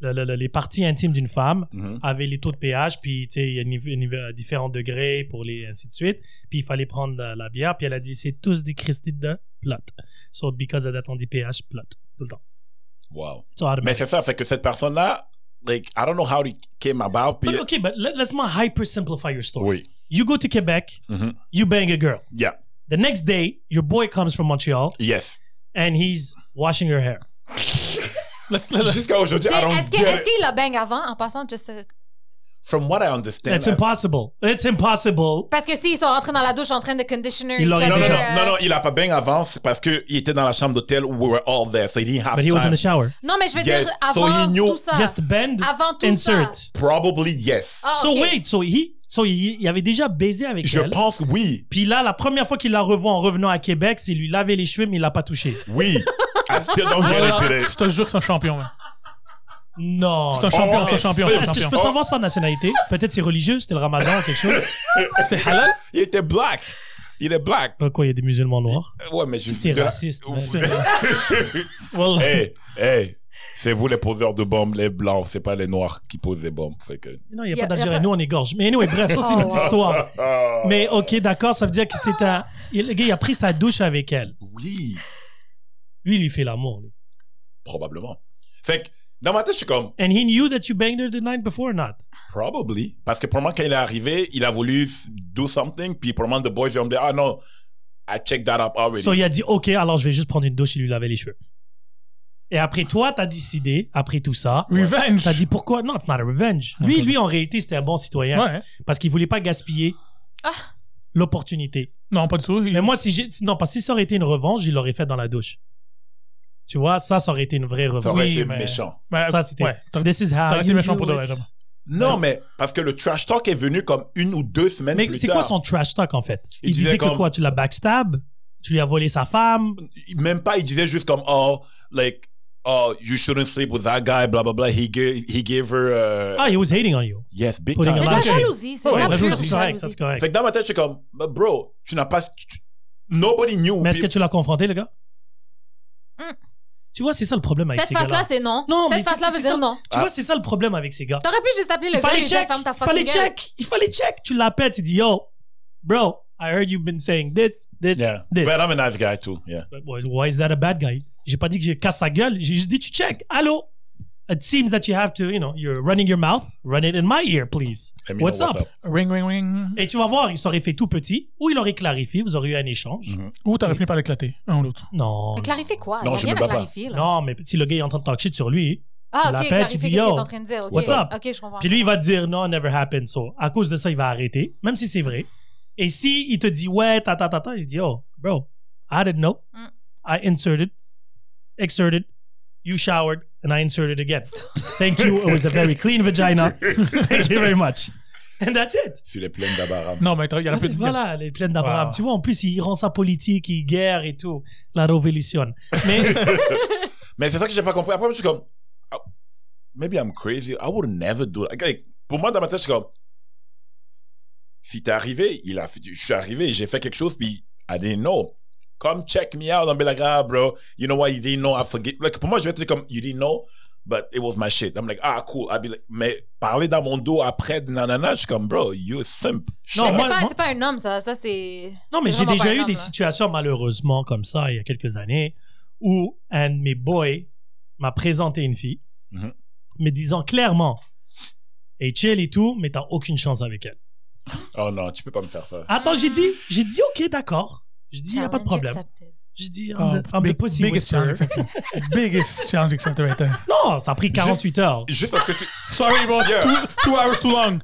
A: le- le- le- les parties intimes d'une femme
B: Mhm.
A: avaient les taux de pH, puis tu sais, il y a une- une- une- différents degrés pour les ainsi de suite. Puis il fallait prendre la, la bière, puis elle a dit c'est tous des cristaux de plot. So because of that, on dit pH plot tout le temps.
B: Wow.
A: It's automatic.
B: Mais c'est ça, fait que cette personne-là, like, I don't know how it came about. Puis,
A: But, ok, but let, let's not hyper simplify your story.
B: Oui.
A: You go to Quebec,
B: Mhm.
A: you bang a girl.
B: Yeah.
A: The next day, your boy comes from Montreal
B: Yes.
A: and he's washing her hair.
D: Let's, let's,
B: Jusqu'à aujourd'hui, I
C: T'sais,
B: don't
C: Est-ce
B: get
C: que-
B: it.
C: est-ce qu'il l'a bang avant en passant juste euh,
B: From what I understand. hein.
A: It's
B: I-
A: impossible. It's impossible.
C: parce que s'ils sont rentrés dans la douche en train de conditioner
A: Ils
C: each
A: l'ont-
C: other,
B: Non, non, non,
C: euh,
B: non, non, il a pas bien avant c'est parce qu'il était dans la chambre d'hôtel où we were all there, so he didn't have
A: But he was in
B: time.
A: the shower.
C: non, mais je veux
B: Yes.
C: dire
B: So
C: avant
B: he knew
C: tout ça.
A: Just bend,
C: Avant tout
A: insert.
C: ça.
B: Probably yes.
C: Ah,
A: So
C: ok.
A: wait, so he, so he, il avait déjà baisé avec
B: Je
A: elle.
B: pense oui,
A: Puis là, la première fois qu'il la revoit en revenant à Québec, c'est lui laver les cheveux, mais il l'a pas touché.
B: oui. I still don't get
A: Ah.
B: it today.
D: Je te jure que c'est un champion. man.
A: Non.
D: C'est un champion,
B: Oh,
D: c'est un champion,
B: mais
D: c'est un
A: Est-ce que je
D: champion.
A: peux savoir sa nationalité Peut-être c'est religieux, c'était le ramadan, quelque chose.
D: C'était halal?
B: Il était black. Il est black.
A: Euh, Quoi, il y a des musulmans noirs
B: Ouais, mais je.
A: Si t'es
B: de la-
A: raciste.
B: Ouh.
A: mais-
D: Well,
B: Hey, hey. C'est vous les poseurs de bombes, les blancs, c'est pas les noirs qui posent les bombes. Fait que.
A: Non, il n'y
C: Y
A: a
C: a-
A: pas
C: y a
A: d'Algérien.
C: pas-
A: Nous, on égorge. Mais anyway, bref, ça, c'est une
C: Oh,
A: autre
C: wow.
A: histoire.
B: Ah.
A: Mais ok, d'accord, ça veut dire que c'est un. il- Le gars, il a pris sa douche avec elle.
B: Oui,
A: Lui, il lui fait l'amour. lui.
B: probablement. Fait que dans ma tête, je suis comme
A: And he knew that you banged her the night before or not
B: probably. Parce que pour moi, quand il est arrivé, il a voulu f- do something, puis pour moi, the boys, ils ont dit ah non, I checked that up already.
A: So il a dit OK, alors je vais juste prendre une douche et lui laver les cheveux. Et après toi, t'as décidé, après tout ça,
D: revenge.
A: t'as dit pourquoi Non, it's not a revenge. Lui,
D: Ok.
A: lui en réalité, c'était un bon citoyen
D: Ouais.
A: parce qu'il voulait pas gaspiller
C: Ah.
A: l'opportunité.
D: Non, pas du tout. Il-
A: Mais moi, si j'ai si- non, parce que si ça aurait été une revanche, il l'aurait fait dans la douche. Tu vois, ça, ça aurait été une vraie
B: Ça
A: revanche.
B: aurait
D: Oui,
B: été
D: mais-
B: méchant.
D: Ben,
A: Ça, c'était.
D: Ouais. T'as-
A: This is how.
D: t'aurais été
A: you
D: méchant
A: do
D: pour de
A: it.
D: vrai, j'avoue.
B: Non, mais parce que le trash talk est venu comme une ou deux semaines
A: Mais
B: plus
A: c'est quoi
B: tard.
A: son trash talk en fait Il,
B: Il disait
A: disait que
B: comme-
A: quoi Tu l'as backstab Tu lui as volé sa femme
B: Même pas, il disait juste comme oh, like oh, you shouldn't sleep with that guy, blah blah blah. He gave, he gave her uh,
A: Ah, he was hating on you.
B: yes, big
A: Putting
B: time.
A: a
C: C'est de
A: lot
C: la
A: Ok.
C: jalousie, c'est de
D: Ouais,
C: la
D: la
C: pure
D: jalousie.
A: Ah, C'est correct, ça,
C: jalousie.
A: c'est correct.
B: Fait que dans ma tête, je suis comme But bro, tu n'as pas, tu- nobody knew.
A: Mais est-ce que
B: Puis-
A: tu l'as confronté, le gars?
C: Hmm.
A: Tu vois, c'est ça le problème avec
C: Cette
A: ces gars-là.
C: face-là, c'est non.
A: Non, mais
C: Cette
A: c'est-
C: face-là
A: c'est-
C: veut
A: c'est
C: dire
A: ça.
C: non.
A: Tu
B: Ah.
A: vois, c'est ça le problème avec ces gars.
C: T'aurais pu juste appeler le
A: Il
C: gars et
A: fallait
C: lui dire
A: check,
C: ferme ta
A: il
C: fucking
A: fallait
C: gueule.
A: check, il fallait check. Tu l'appelles, tu dis yo, bro, I heard you've been saying this, this,
B: Yeah.
A: this.
B: But I'm a nice guy too. Yeah.
A: But why- Why is that a bad guy? J'ai pas dit que j'ai casse sa gueule, j'ai juste dit tu check. Allô? It seems that you have to, you know, you're running your mouth, run it in my ear, please.
B: Let me know
A: What's up?
D: Ring, ring, ring.
A: Et tu vas voir, il s'aurait fait tout petit ou il aurait clarifié, vous auriez eu un échange.
D: Ou t'aurais fini par l'éclater, un ou
B: Hmm.
D: l'autre.
A: Non.
C: Mais clarifier quoi? Il
B: Non,
C: n'y a
B: je
C: rien
B: me
C: à
B: bats pas.
C: clarifier. là.
A: Non, mais si le gars est en train de talk shit sur lui,
C: Ah,
A: tu
C: ok,
A: l'appelles,
C: clarifier
A: tu
C: qu'est-ce
A: dis
C: que t'es
A: yo,
C: en train de dire. Ok,
A: what's up?
C: Ok, je comprends.
A: Puis lui, il va te dire non, never happened. So, à cause de ça, il va arrêter, même si c'est vrai. Et si il te dit ouais, ta ta ta ta, il dit oh, bro, I didn't know.
C: Mm.
A: I inserted, exerted, you showered, and I inserted again. Thank you. It was a very clean vagina. Thank you very much. And that's it.
B: Sur les plaines d'Abaram.
D: Non, mais t'aurais- il y aurait pu dire.
A: Voilà, les plaines d'Abraham.
D: Wow.
A: Tu vois, en plus, il rend ça politique, il guerre et tout. La révolution. Mais
B: Mais c'est ça que j'ai pas compris. Après, je suis comme, ah, maybe I'm crazy. I would never do that. Like, pour moi, dans ma tête, je suis comme, si t'es arrivé, il a, fait- je suis arrivé, j'ai fait quelque chose, puis I didn't know. come check me out and be like, ah, bro, you know what? You didn't know. I forget. Like, pour moi, je vais te dire comme, you didn't know, but it was my shit. I'm like, ah, cool. I'd be like, mais parler dans mon dos après, nanana, je suis comme, bro, you a
A: Non,
B: simp. Shut
C: Mais
B: up.
A: moi-
C: c'est pas,
A: moi-
C: c'est pas un homme, ça. Ça, c'est.
A: Non, mais
C: c'est
A: j'ai
C: vraiment hein.
A: déjà
C: pas un
A: eu
C: homme,
A: des
C: là.
A: situations malheureusement comme ça il y a quelques années où un de mes boys m'a présenté une fille,
B: Mhm.
A: me disant clairement, et chill et tout, mais t'as aucune chance avec elle.
B: Oh non, tu peux pas me faire ça.
A: Attends, j'ai dit, j'ai dit ok, d'accord. J'ai dit, y a pas de
C: Challenge
A: problème.
C: accepted.
A: J'ai dit, I'm the, Um, I'm the
D: Oh, Um, big-
A: pussy
D: biggest
A: whisperer.
D: challenge accepted. biggest challenge accepted right there.
A: Non, ça a pris 48 heures.
B: Juste parce que tu.
D: Sorry, bro.
B: Yeah.
D: Two, two hours too long.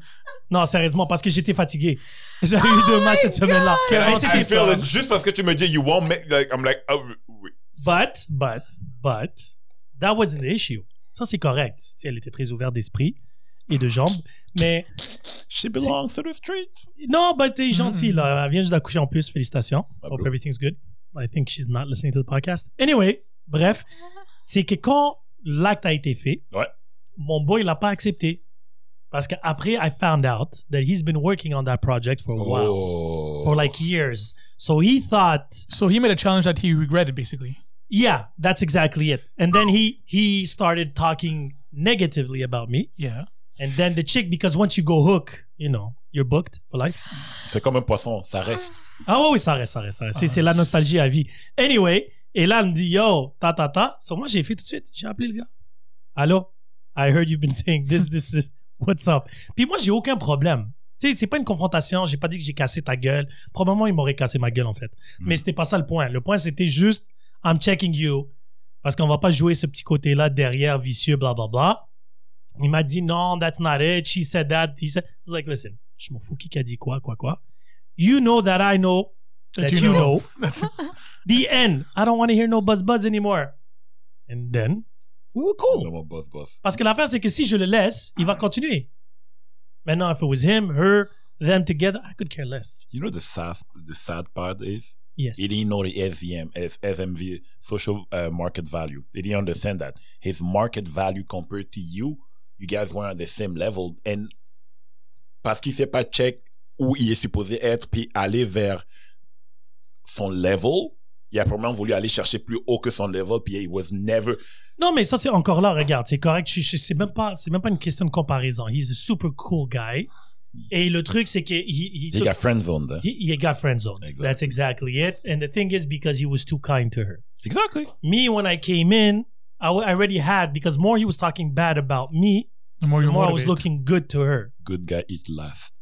A: Non, sérieusement, parce que j'étais fatigué. J'avais eu
C: Oh
A: deux matchs cette semaine-là.
B: Can I
A: Mais
B: see
A: c'était
B: feel
A: fun.
B: it? Juste parce que tu me dis, you won't make. Like, I'm like, oh, oui.
A: But, but, but, that wasn't the issue. Ça, c'est correct. Tu sais, elle était très ouverte d'esprit et de jambes. Mais
B: she belongs to the street.
A: non, but t'es gentille, là. Elle vient juste d'accoucher en plus. Félicitations.
B: Ah,
A: Hope
B: bro.
A: everything's good. I think she's not listening to the podcast. Anyway, bref, c'est que quand l'acte a été fait,
B: Ouais.
A: mon boy l'a pas accepté. Parce qu'après, I found out that he's been working on that project for a while.
B: Oh.
A: For like years. So he thought
D: So he made a challenge that he regretted, basically.
A: Yeah, that's exactly it. And then he he started talking negatively about me.
D: Yeah.
A: And then the chick, because once you go hook, you know, you're booked for life.
B: C'est comme un poisson, ça reste.
A: Ah ouais, oui, ça reste, ça reste, ça reste. C'est- C'est la nostalgie à vie. Anyway, et là, elle me dit, yo, ta, ta, ta. So moi, j'ai fait tout de suite. J'ai appelé le gars. Allô? I heard you've been saying this, this, this. What's up? Puis moi, j'ai aucun problème. Tu sais, c'est pas une confrontation. J'ai pas dit que j'ai cassé ta gueule. Probablement, il m'aurait cassé ma gueule, en fait. Mais c'était pas ça le point. Le point, c'était juste, I'm checking you. Parce qu'on va pas jouer ce petit côté-là derrière, vicieux, bla, bla, bla. Il m'a dit, non, that's not it. She said that. He said... I was like, listen, je m'en fous qui a dit quoi, quoi, quoi. You know that I know that, you, know. the end. I don't want to hear no buzz buzz anymore. And then, we were cool.
B: Non, mon boss, boss.
A: Parce que l'affaire, c'est que si je le laisse, il va continuer. Maintenant, if it was him, her, them together, I could care less.
B: You know the sad, the sad part is?
A: Yes.
B: He didn't know the SVM, S- SMV, social uh, market value. He didn't understand that. His market value compared to you, you guys weren't at the same level. And parce qu'il sait pas check où il est supposé être, puis aller vers son level, il a probablement voulu aller chercher plus haut que son level, puis he was never...
A: Non, mais ça, c'est encore là, regarde, c'est correct. Je- je- C'est même, pas- c'est même pas une question de comparaison. He's a super cool guy. Et le truc, c'est que he, he
B: He
A: took-
B: got friendzoned. hein?
A: he- he got friendzoned.
B: Exactly.
A: That's exactly it. And the thing is, because he was too kind to her.
B: Exactly.
A: me when I came in, I wa- I already had because more he was talking bad about me,
D: The more
A: the
D: you
A: more I was
D: motivate.
A: looking good to her.
B: Good guy eat last.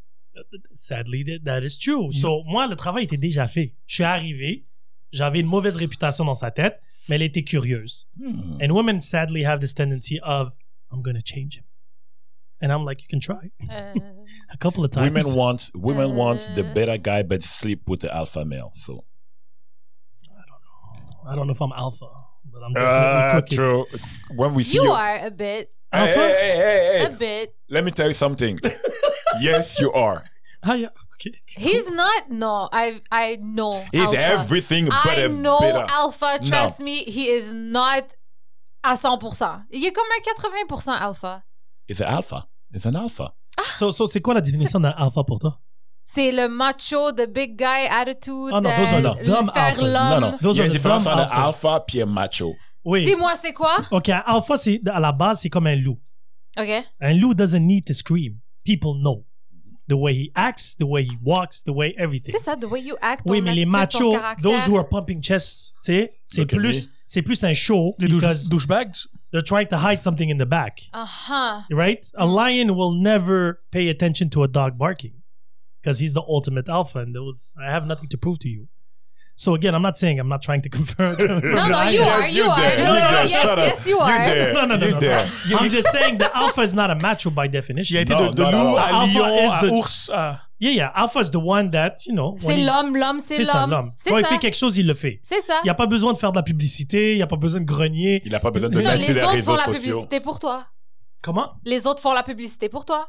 A: Sadly, that, that is true. So
B: Mm.
A: moi, le travail était déjà fait. Je suis arrivé, j'avais une mauvaise réputation dans sa tête, mais elle était curieuse.
B: Hmm.
A: And women sadly have this tendency of I'm gonna change him, and I'm like, you can try
C: Euh,
A: a couple of times.
B: Women want women
C: Uh.
B: want the better guy, but sleep with the alpha male. So
A: I don't know if I'm alpha, but I'm definitely cooking.
B: Ah, true. Eh, When we see
C: you
B: you-
C: are a bit.
B: Hey,
A: Alpha?
B: hey, hey, hey, hey.
C: A bit.
B: Let me tell you something. yes, you are.
A: Ah yeah, okay.
C: He's not. No, I I know.
B: He's
C: alpha.
B: everything but
C: I
B: a
C: know
B: better.
C: alpha.
B: No.
C: Trust me, he is not à 100%. Il est comme un 80% alpha.
B: It's an alpha. It's an alpha.
A: So, so c'est quoi la définition d'un alpha pour toi?
C: C'est le macho, the big guy attitude.
A: Ah non, those
C: euh,
A: are the
C: le
A: dumb
C: faire
A: alphas.
B: No,
C: l'homme.
B: no.
A: Those
B: Those
A: are
B: are
A: the
B: difference
A: dumb
B: on an
A: alphas.
B: alpha puis un macho.
A: Oui.
C: Dis-moi, c'est quoi?
A: Ok, un alpha, c'est à la base, c'est comme un loup.
C: OK.
A: And Lou doesn't need to scream. People know
B: Mm-hmm.
A: the way he acts, the way he walks, the way everything.
C: C'est ça, the way you act.
A: Oui,
C: ton
A: mais les
C: attitude, ton
A: machos,
C: caractère.
A: those who are pumping chests, tu sais, c'est
B: Look at
A: plus,
B: me.
A: c'est plus un show
D: Les douche-
A: because
D: douchebags.
A: they're trying to hide something in the back,
C: Uh-huh.
A: right? A lion will never pay attention to a dog barking because he's the ultimate alpha, and those I have nothing to prove to you. So again, I'm not saying I'm not trying to confirm.
C: No, no, you are, you are.
B: there.
C: No, no, no,
B: there.
C: yes,
B: Shut up.
C: yes, you are.
B: there.
A: No, no, no,
B: You
A: no, no.
B: there.
A: I'm just saying the alpha is not a macho by definition.
D: Il a été
B: Non,
D: de, de
B: non, non,
D: loup
B: non.
D: à
A: Alpha
D: lion,
A: is
D: à
A: the-
D: ours. à-
A: Yeah, yeah. Alpha is the one that, you know. when
C: C'est
A: he-
C: l'homme, l'homme, c'est
A: C'est ça,
C: l'homme.
A: l'homme.
C: C'est
A: Quand il
C: ça.
A: fait quelque chose, il le fait.
C: C'est ça.
A: Il n'y a pas besoin de faire de la publicité, il n'y a pas besoin de grogner.
B: Il a pas besoin de
C: Non,
B: mettre sur
C: les
B: les
C: autres font
B: réseaux
C: la
B: sociaux.
C: publicité pour toi.
A: Comment
C: Les autres font la publicité pour toi.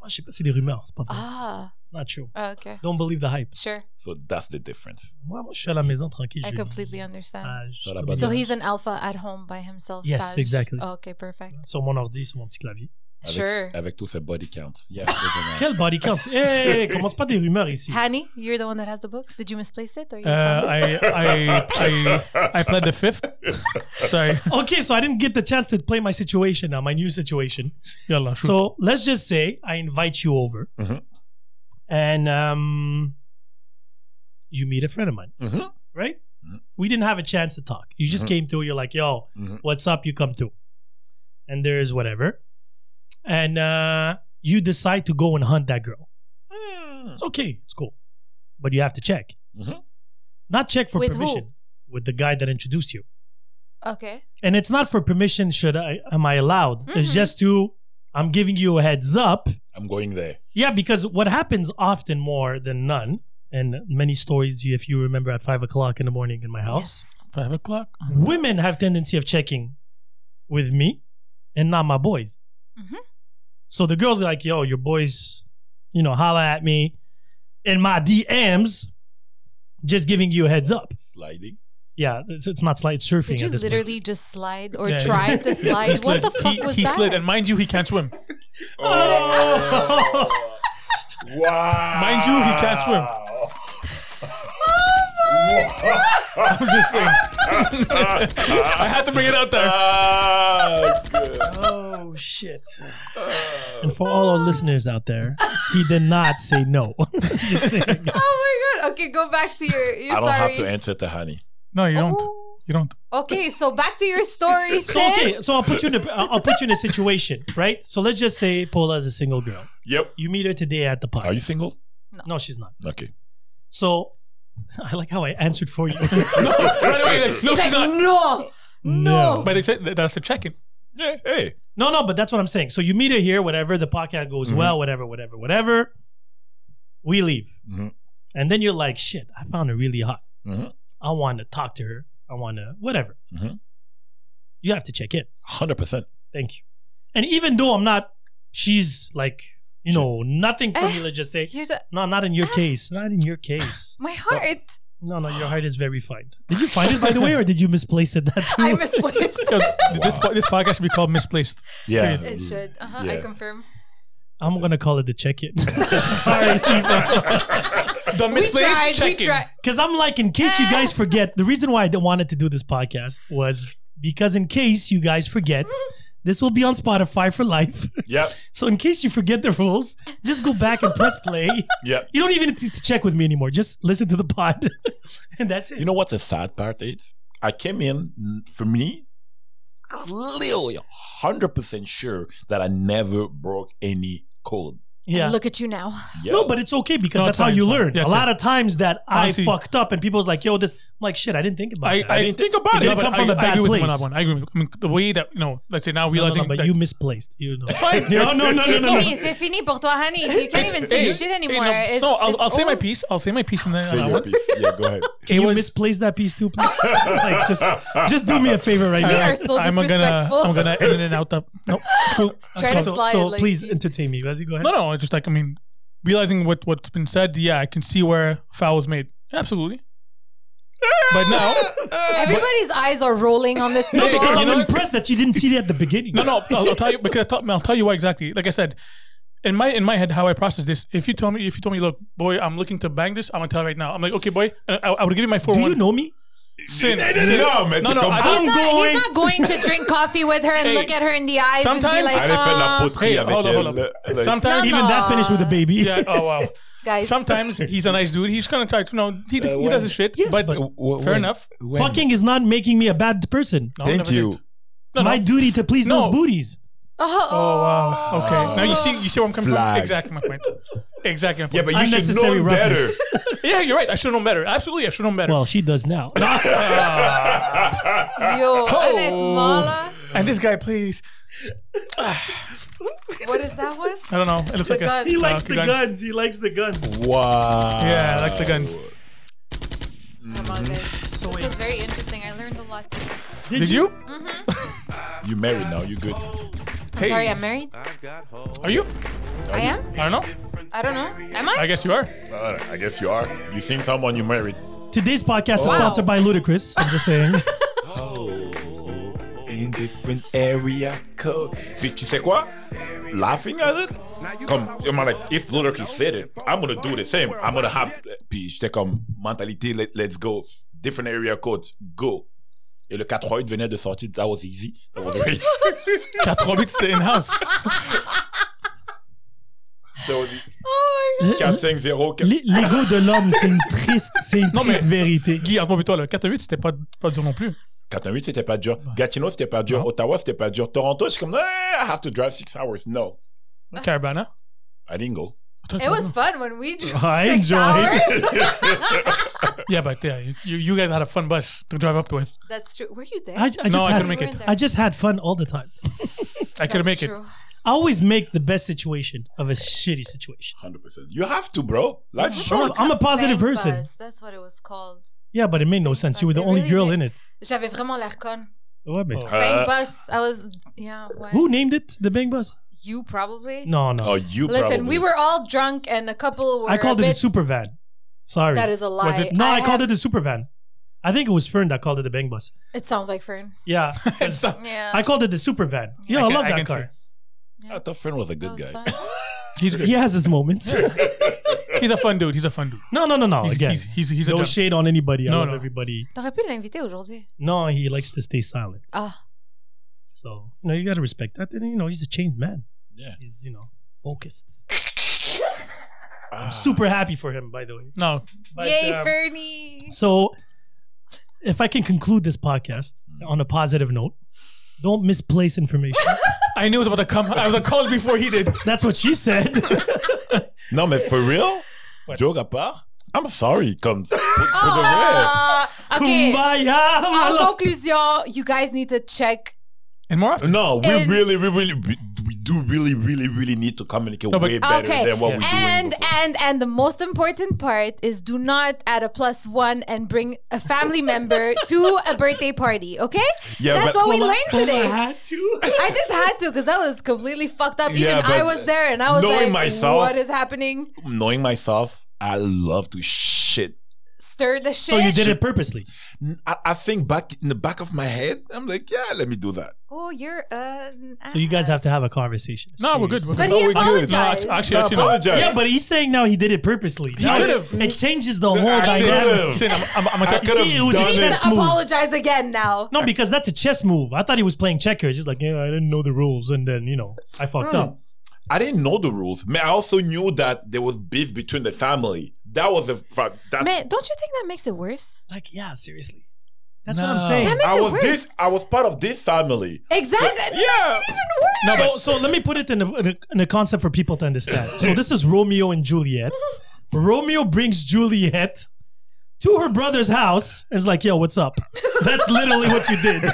A: Moi, Je sais pas, c'est des rumeurs, c'est pas vrai.
C: Ah,
A: It's not true.
C: ah, OK.
A: Don't believe the hype.
C: Sure.
B: So that's the difference.
A: Moi, moi, je suis à la maison tranquille.
C: I
A: je-
C: completely understand.
A: sage,
B: Sur la
A: comme
B: base.
A: ça.
C: So he's an alpha at home by himself.
A: Yes,
C: sage.
A: exactly.
C: Okay, perfect.
A: Sur mon ordi, sur mon petit clavier.
B: Avec,
C: Sure.
B: Avec tous ses body counts. Yeah. doesn't matter.
A: Quel body count? Hey, commence pas des rumeurs ici.
C: Hani, you're the one that has the books. Did you misplace it or you?
D: Uh, I, I, I, I pled the fifth. Sorry.
A: Okay, so I didn't get the chance to play my situation now, my new situation.
D: Yalla, shoot.
A: So let's just say I invite you over,
B: Mhm.
A: and um, you meet a friend of mine,
B: Mhm.
A: right?
B: Mhm.
A: We didn't have a chance to talk. You just
B: Mhm.
A: came through. You're like, "Yo,
B: Mhm.
A: what's up?" You come through, and there is whatever, and uh, you decide to go and hunt that girl. It's okay, it's cool, but you have to check.
B: Mhm.
A: Not check for
C: With who?
A: permission with the guy that introduced you
C: okay.
A: and it's not for permission should i am i allowed it's
C: Mhm.
A: just to i'm giving you a heads up
B: I'm going there.
A: yeah because what happens often more than none and many stories if you remember at five o'clock in the morning in my house
D: Five o'clock.
A: women have tendency of checking with me and not my boys
C: Mhm.
A: so the girls are like yo your boys you know holla at me in my dms just giving you a heads up
B: Sliding.
A: yeah it's, it's not slight it's surfing
C: Did you
A: at this point.
C: literally just slide or
D: Yeah,
C: try to
D: He
C: slide? what
D: slid.
C: the fuck
D: he,
C: was
D: he
C: that?
D: slid, and mind you, he can't swim.
B: Oh. wow.
D: Mind you, he can't swim. I'm just saying. I had to bring it out there.
B: Ah, good.
A: Oh shit! and for all our listeners out there, he did not say no. Just saying.
C: oh my god. Okay, go back to your. You're
B: I don't
C: sorry.
B: have to answer to honey.
D: No, you don't. You don't.
C: Okay, so back to your story,
A: So
C: Sid.
A: okay, so I'll put you in a, I'll put you in a situation, right? So let's just say Paula is a single girl.
B: Yep.
A: You meet her today at the party.
B: Are you single?
A: No, she's not.
B: Okay.
A: So I like how I answered for you.
D: Right away, like, no,
C: He's
D: she's
C: like,
D: not.
C: no.
A: no,
D: But it's, that's the check-in.
B: Yeah. Hey.
A: no, no. But that's what I'm saying. So you meet her here, whatever. The podcast goes well, whatever, whatever, whatever. We leave,
B: Mhm.
A: and then you're like, shit. I found her really hot.
B: Mhm.
A: I want to talk to her. I want to whatever.
B: Mhm.
A: You have to check in.
B: Hundred percent.
A: Thank you. And even though I'm not, she's like, you know, nothing for me.
C: Eh,
A: Let's just say,
C: You're the,
A: no, not in your case. Not in your case.
C: my heart.
A: No, no, your heart is very fine. Did you find it by the way, or did you misplace it? That
C: I
A: too?
C: misplaced.
D: Yo, this, po- this podcast should be called Misplaced.
B: Yeah.
C: It should. Uh-huh, I
B: Yeah.
C: confirm.
A: I'm gonna call it the check in. Sorry,
D: The
C: We
D: Misplaced
C: tried. We
D: check-in.
C: tried.
A: because I'm like, in case you guys forget, the reason why I d- wanted to do this podcast was because in case you guys forget, this will be on Spotify for life.
B: Yep.
A: So in case you forget the rules, just go back and press play.
B: Yep.
A: You don't even need to check with me anymore. Just listen to the pod, and that's it.
B: You know what the sad part is? I came in mm, for me clearly hundred percent sure that I never broke any code.
A: yeah.
C: Look at you now.
B: Yeah.
A: no, but it's okay because
D: No,
A: that's
D: it's
A: how
D: fine,
A: you
D: it's fine.
A: learn.
D: Yeah,
A: a
D: it's
A: lot of times that
D: Honestly.
A: I fucked up, and people's like, "Yo, this." I'm like, "Shit, I didn't think about it."
D: I-
B: I didn't think about
A: Yeah,
B: it.
A: but- come
D: I,
A: from a
D: I
A: bad
D: agree with him on
A: place.
D: that one. I agree with him. I mean, the way that, you know, let's say now
A: No, no, no,
D: realizing
A: but
D: that
A: you misplaced. You know.
D: fine.
A: No, no, no, no,
C: C'est
A: no, no.
C: fini. C'est fini pour toi, honey. You can't even say
D: Hey,
C: shit
D: hey,
C: anymore.
D: no,
C: It's-
D: no, I'll,
C: it's
D: I'll say my
C: old.
D: piece. I'll say my piece and then
B: Say
D: I
B: your
D: want-
B: piece. yeah, go ahead.
A: Can you
D: was-
A: misplace that piece too, please? like, just, just do me a favor right
C: We
A: now.
C: are so
D: I'm gonna,
C: disrespectful.
D: I'm gonna edit it out. Up. No, it's cool.
C: Try to
A: so,
C: slide.
A: so
C: like,
A: please entertain me. Vas-y, go ahead.
D: No, no, it's just like I mean, realizing what what's been said. Yeah, I can see where fouls made. Absolutely. But now,
C: Everybody's eyes are rolling on this.
D: No,
C: table.
A: Because
D: You know
A: I'm
D: what?
A: impressed that you didn't see it at the beginning.
D: no, no, I'll, I'll tell you because I'll, I'll tell you why exactly. Like I said, in my in my head, how I process this. If you tell me, if you told me, look, boy, I'm looking to bang this, I'm gonna tell you right now. I'm like, okay, boy, and I, I would give you my four
A: Do
D: one.
A: you know me?
D: Sin,
B: No,
D: sin.
B: man,
D: no,
B: to
D: no,
B: come
D: I
C: He's
D: don't.
A: I'm
C: not,
A: going-
C: he's not going to drink coffee with her and
D: Hey,
C: look at her in the eyes and be
D: sometimes-
B: I
C: like,
B: didn't fait de la
C: "Ah."
B: poterie
D: Hey,
B: avec
D: hold on,
B: elle.
D: hold on.
B: Like,
D: Sometimes,
C: No,
A: Even that finished with a baby.
D: yeah. Oh wow.
C: guys.
D: Sometimes he's a nice dude. He's gonna try to. No, he,
B: Uh,
D: he does his shit.
A: Yes,
D: but,
A: but-
B: w- w-
D: fair
B: when-
D: enough.
B: when-
A: Fucking is not making me a bad person.
D: No,
B: Thank
D: never
B: you.
D: did.
A: It's my duty to please
D: No.
A: those booties.
C: Oh,
D: Oh wow. Okay. Now you see you see where I'm coming
B: Flag.
D: from? Exactly my point. Exactly my
B: Yeah, but
D: point.
B: you should know
A: Unnecessary
B: him better.
A: roughness.
D: Yeah, you're right. I should have known better. Absolutely, I should have known better.
A: Well, she does now.
C: yo, Annette
D: Oh.
C: Mala.
D: and this guy plays
C: What is that one?
D: I don't know. It looks like
C: gun.
D: a
C: He
A: He
D: uh,
A: likes the guns. He likes the guns.
B: Wow.
D: Yeah, I like the guns.
C: Come on, guys.
A: So
C: This was very interesting. I learned a lot.
D: Did you?
B: You married now. You good?
D: Hey.
C: Sorry, I'm married.
D: Are you?
C: I am.
D: I don't know.
C: I don't know. Am I?
D: I guess you are.
B: Uh, I guess you are. You seen someone you married?
A: Today's podcast is
C: Wow.
A: sponsored by Ludacris. I'm just saying.
B: In different area code. Puis tu sais quoi? laughing at it? Comme, je me like, if Luther King said it, I'm gonna do the same. I'm gonna have. eh, Puis j'étais comme, mentalité, let, let's go. Different area codes, go. Et le 4-8 venait de sortir, that was easy. That was very,
D: 4 bits, c'était in-house.
B: that was easy.
C: Oh,
A: Le-
B: 4-5-0.
A: le- L'ego de l'homme, c'est une triste, c'est une
D: Non, mais-
A: triste vérité.
D: Guy, attends, mais toi, le 4-8, c'était pas, pas dur non plus.
B: 4-8, c'était pas dur. Gatineau, c'était pas dur.
D: Non.
B: Ottawa, c'était pas dur. Toronto, je suis comme, ah, I have to drive 6 hours. No,
D: Carabana.
B: I didn't go.
C: It was fun when we drove
A: I
C: six
A: enjoyed
C: hours.
D: Yeah, but yeah, you, you guys had a fun bus to drive up with.
C: That's true. Were you there?
A: I, I just
D: No, I
A: had,
D: couldn't make it.
A: I just had fun all the time.
D: I couldn't make it.
A: I always make the best situation of a shitty situation.
B: 100%. You have to, bro. Life's short.
A: I'm a- I'm a positive person.
C: That's what it was called.
A: Yeah, but it made no sense. You were the only girl in it. Oh,
C: J'avais vraiment l'air con.
A: Ouais,
D: Oh.
A: mais ça-
B: Uh,
C: Bank bus. I was. Yeah. Why?
A: Who named it the Bang Bus?
C: You probably.
A: No, no.
B: Oh, you
C: Listen,
B: probably.
C: we were all drunk and a couple were.
A: I called
C: a
A: it
C: bit,
A: the super van. Sorry.
C: That is a lie.
D: Was it-
A: no, I, called
C: had-
A: it the super van. I think it was Fern that called it the Bang Bus.
C: It sounds like Fern.
A: Yeah. 'cause
C: Yeah.
A: I called it the super van. Yo, I,
D: I can-
A: love
D: I
A: that
D: can
A: car.
B: I thought Fern was a
C: That
B: good
C: was
B: guy.
C: fun.
D: He's good.
A: He has his moments.
D: He's a fun dude. He's a fun dude.
A: No, no, no, no.
D: He's-
A: Again,
D: he's- he's- he's a
A: no
D: gem.
A: shade on anybody. I
D: No,
A: love
D: no.
A: everybody.
C: T'aurais pu l'inviter aujourd'hui.
A: No, he likes to stay silent.
C: Ah.
A: So you know, you gotta respect that. And you know, he's a changed man.
B: Yeah.
A: He's you know focused. I'm super happy for him, by the way.
D: No,
A: But,
C: Yay,
A: um,
C: Fernie.
A: So, if I can conclude this podcast
D: Mm.
A: on a positive note, don't misplace information.
D: I knew it was about to come. I was a call before he did.
A: That's what she said.
B: No, mais for real? Joke apart? I'm sorry. Comme, pour, pour de vrai.
C: Ah, okay.
A: Kumbaya, my
C: En
A: love.
C: conclusion, you guys need to check.
D: And more often.
B: No, we
C: And-
B: really, we really, we, we do really, really, really need to communicate
D: No, but-
B: way better
C: Okay.
B: than what we do.
C: And and and the most important part is do not add a plus one and bring a family member to a birthday party. Okay,
B: Yeah,
C: that's
B: but-
C: what we
A: Well,
C: learned
A: well,
C: today.
A: I had to.
C: I just had to because that was completely fucked up. Even
B: Yeah,
C: I
B: but
C: was there and I was
B: knowing
C: like,
B: myself-
C: "What is happening?
B: Knowing myself, I love to shit.
C: Stir the shit."
A: So you did it purposely.
B: I, I think back in the back of my head, I'm like, yeah, let me do that.
C: Oh, you're. Uh,
A: So you guys have to have a conversation.
D: No, we're good. We're
A: Seriously.
D: good.
C: But he
B: No, we
C: apologized.
B: good. No,
D: Actually, actually,
B: I
D: actually, no.
B: apologize.
A: Yeah, but he's saying now he did it purposely. Now it-
D: could've.
A: It changes the whole
B: I
A: dynamic.
B: could've.
D: Listen, I'm, I'm, I'm a
B: I
D: tech-
B: could've
A: See, it was a
B: done
C: He's gonna
A: chess move.
C: apologize again now.
A: No, because that's a chess move. I thought he was playing checkers. He's like, yeah, I didn't know the rules, and then you know, I fucked
D: Hmm.
A: up.
B: I didn't know the rules. Man, I also knew that there was beef between the family. That was a fa- that.
C: Man, don't you think that makes it worse?
A: Like, yeah, seriously, that's what I'm
D: No.
A: saying.
C: That makes
B: I
C: it
B: was
C: worse.
B: this. I was part of this family.
C: Exactly. That
B: Yeah.
C: makes it even worse.
A: No, so, so let me put it in a, in a- in a concept for people to understand. So this is Romeo and Juliet. Romeo brings Juliet to her brother's house and is like, yo, what's up? That's literally what you did.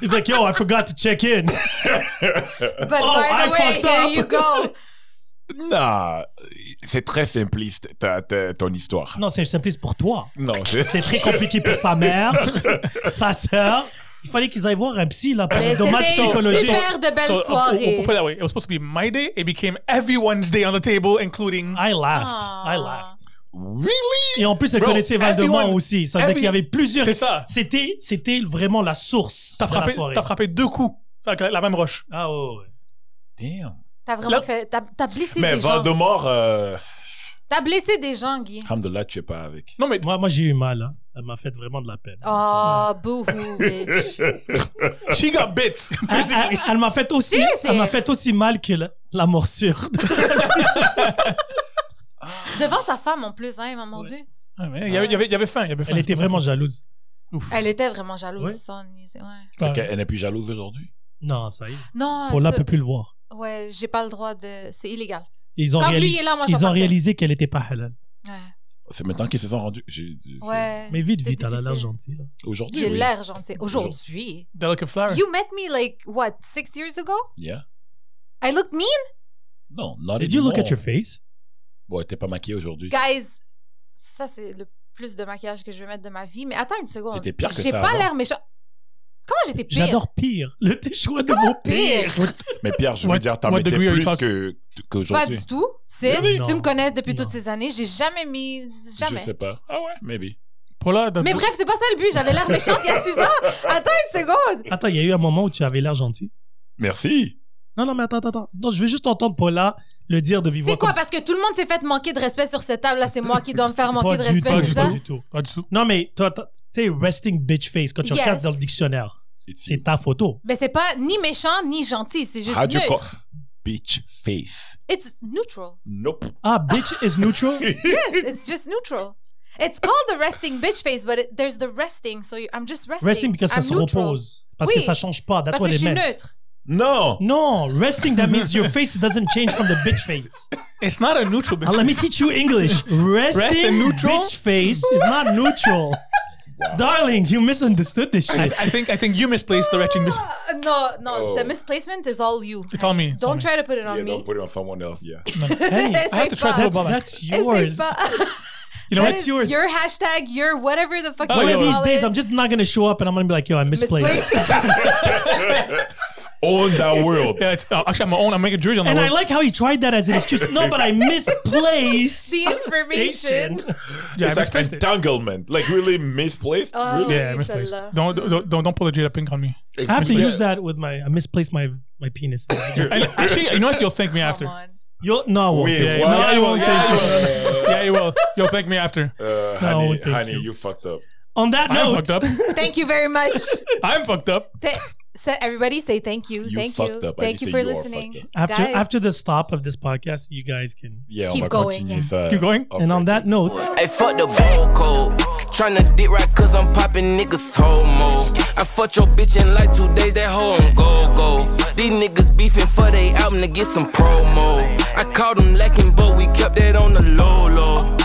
A: He's like, yo, I forgot to check in.
C: But
A: Oh,
C: by
A: I
C: the way,
A: fucked
C: here
A: up.
C: you go.
B: Nah, c'est très simpliste ta, ta- ton histoire.
A: Non, c'est simpliste pour toi.
B: Non, c'est
A: C'était très compliqué pour sa mère, sa sœur. Il fallait qu'ils aillent voir un psy là, pour
C: Mais
A: des dommages
C: c'était
A: psychologiques.
C: super de belles
D: So, uh, we'll- we'll
C: soirées.
D: put it that way. It was supposed to be my day. It became everyone's day on the table, including.
A: I laughed. I
C: Aw.
A: laughed.
C: Ah.
B: really.
A: Et en plus, elle
D: Bro,
A: connaissait Valdemar
D: everyone-
A: aussi. Ça veut dire
D: every-
A: qu'il y avait plusieurs.
D: C'est ça.
A: C'était, c'était vraiment la source
D: T'as
A: de la
D: frappé,
A: soirée.
D: t'as frappé deux coups avec la, la même roche.
A: Ah ouais, ouais.
B: Damn.
C: T'as vraiment
D: Là-
C: fait. T'as t'as blessé
B: Mais
C: des gens.
B: Voldemort, euh,
C: T'as blessé des gens, Guy.
B: Alhamdoulilah, tu es pas avec.
D: Non, mais
A: Moi, moi j'ai eu mal. hein. Elle m'a fait vraiment de la peine.
C: Oh,
A: Ah,
C: boo-hoo, bitch.
D: she got bit.
A: Elle, elle- elle m'a fait aussi,
C: Seriously?
A: elle m'a fait aussi mal que la, la morsure.
C: Devant sa femme, en plus, hein, maman
A: Ouais.
C: Dieu.
D: Ah, mais Il y avait, il y avait- il y avait faim. Il y avait faim.
A: Elle était vraiment jalouse.
C: Elle était vraiment
A: Ouais.
C: jalouse. son- ouais.
D: Ah,
B: Ok, Elle n'est plus jalouse aujourd'hui.
A: Non, ça y est.
C: Non,
A: Paula
C: Ah, ça-
A: peut plus le voir.
C: ouais, j'ai pas le droit de. C'est illégal.
A: Ils ont,
C: Quand
A: réalis-
C: lui est là, moi, je
A: ils
C: vais
A: ont
C: partir.
A: réalisé qu'elle était pas halal.
C: Ouais.
B: C'est maintenant qu'ils se sont rendus. J'ai- c'est-
C: ouais
A: Mais vite,
C: c'était
A: vite, elle a l'air
C: difficile.
A: gentille. là.
B: Aujourd'hui.
C: J'ai
B: oui.
C: l'air gentil. Aujourd'hui.
D: Delicate flower.
C: You met me like, what, six years ago?
B: Yeah.
C: I looked mean?
B: Non, not
A: Did you look at
B: anymore.
A: your face?
B: Ouais, t'es pas maquillée aujourd'hui.
C: Guys, ça, c'est le plus de maquillage que je vais mettre de ma vie. Mais attends une seconde.
B: T'étais pire que
C: J'ai
B: ça
C: pas
B: avant.
C: l'air méchant. Comment j'étais pire?
A: J'adore pire. Le tes choix de mon pire.
B: Mais Pierre, je veux
D: What-
B: dire, t'en
D: what
B: mettais
D: degree are you
B: plus
D: talking-
B: que-
C: Pas
B: qu'aujourd'hui.
C: du tout. C'est,
A: Oui,
C: tu
A: non.
C: me connais depuis
A: Non.
C: toutes ces années, j'ai jamais mis.
B: je
C: Jamais.
B: sais pas. Ah ouais, maybe.
D: Paula, the-
C: Mais bref, c'est pas ça le but. J'avais l'air méchante il y a six ans. Attends une seconde.
A: Attends, il y a eu un moment où tu avais l'air gentil.
B: Merci.
A: Non, non, mais attends, attends, attends. Non, je veux juste entendre Paula le dire de vive voix.
C: C'est quoi?
A: comme ça.
C: Parce que tout le monde s'est fait manquer de respect sur cette table. Là, c'est moi qui dois me faire manquer de
A: Pas du
C: respect.
A: tout,
D: Pas
C: c'est
D: du
C: ça?
D: tout, du tout. Pas du tout.
A: Non, mais toi, toi, tu sais, resting bitch face, quand tu
C: Yes.
A: regardes dans le dictionnaire, c'est ta photo.
C: Mais c'est pas ni méchant ni gentil. C'est juste
B: How'd you call
C: neutre.
B: bitch face?
C: It's neutral.
B: Nope.
A: Ah, bitch is neutral?
C: Yes, it's just neutral. It's called the resting bitch face, but it- there's the resting. So you- I'm just resting.
A: Resting, parce que ça
C: I'm
A: se
C: neutral.
A: repose. Parce que
C: Oui.
A: ça change pas. That's
C: Parce
A: what
C: que je
A: it
C: suis
A: meant.
C: neutre.
B: No.
A: No, resting, that means your face doesn't change from the bitch face.
D: It's not a neutral bitch.
A: Ah, let me teach you English. Resting
D: and neutral?
A: bitch face is not neutral. Darling, you misunderstood this
D: I,
A: shit.
D: I think I think you misplaced the wretched mis-
A: Ah,
C: Uh, no, no.
B: Oh.
C: The misplacement is all you.
D: It's all me, it's
C: don't
D: all me.
C: try to put it on
B: Yeah,
C: me.
B: don't put it on someone else. Yeah.
A: Hey,
D: I
C: Essaye
D: have to try to
A: that's,
D: throw a ball back.
A: that's
C: Essaye
A: yours.
C: pas.
D: You know
A: That
D: what?
A: is- yours.
C: Your hashtag, your whatever the fuck.
D: By
C: you
A: One
D: the
A: of
D: way,
A: these
C: call
A: days,
C: it.
A: I'm just not gonna show up, and I'm gonna be like, "Yo, I misplaced."
C: Misplaced.
B: Own that world.
D: Yeah, it's, uh, actually, I'm my own. I'm making jersey on
A: And
D: that
A: I
D: word.
A: like how he tried that as an excuse. No, but I misplaced
C: the information.
D: yeah, I
B: It's like
D: misplaced it.
B: entanglement. Like really misplaced.
C: Oh,
B: really.
D: Yeah, I misplaced.
C: Salah.
D: Don't, don't don't don't pull the Jada Pink on me.
A: I have to
B: Yeah.
A: use that with my. I misplaced my my penis.
D: And actually, you know what? You'll thank me after.
C: Come on.
A: You'll no, I won't.
B: Wait,
A: Yeah,
B: what?
A: no, I won't.
D: Yeah,
A: Thank you.
D: you will. Yeah, you will. You'll thank me after.
B: Uh,
A: No,
B: honey,
A: thank
B: honey,
A: you.
B: you. fucked up.
A: On that
D: I'm
A: note,
D: fucked up.
C: Thank you very much.
D: I'm fucked up.
C: Th- so everybody say thank you.
B: You
C: thank you.
B: fucked up. I
C: Thank
B: didn't
C: you
B: say
C: for
B: you are
C: listening.
B: fucked
A: after
C: Guys,
A: after the stop of this podcast, you guys can.
B: Yeah,
C: Keep
B: on va
C: going,
B: continuer
C: yeah.
B: ça.
D: Keep going.
A: And on that note,
E: Ay, fuck the vocal. Tryna dick right cause I'm poppin' niggas homo. I fucked your bitch in like two days, that hoe on go go. These niggas beefin' for they album to get some promo. I called them lacking, but we kept that on the low low.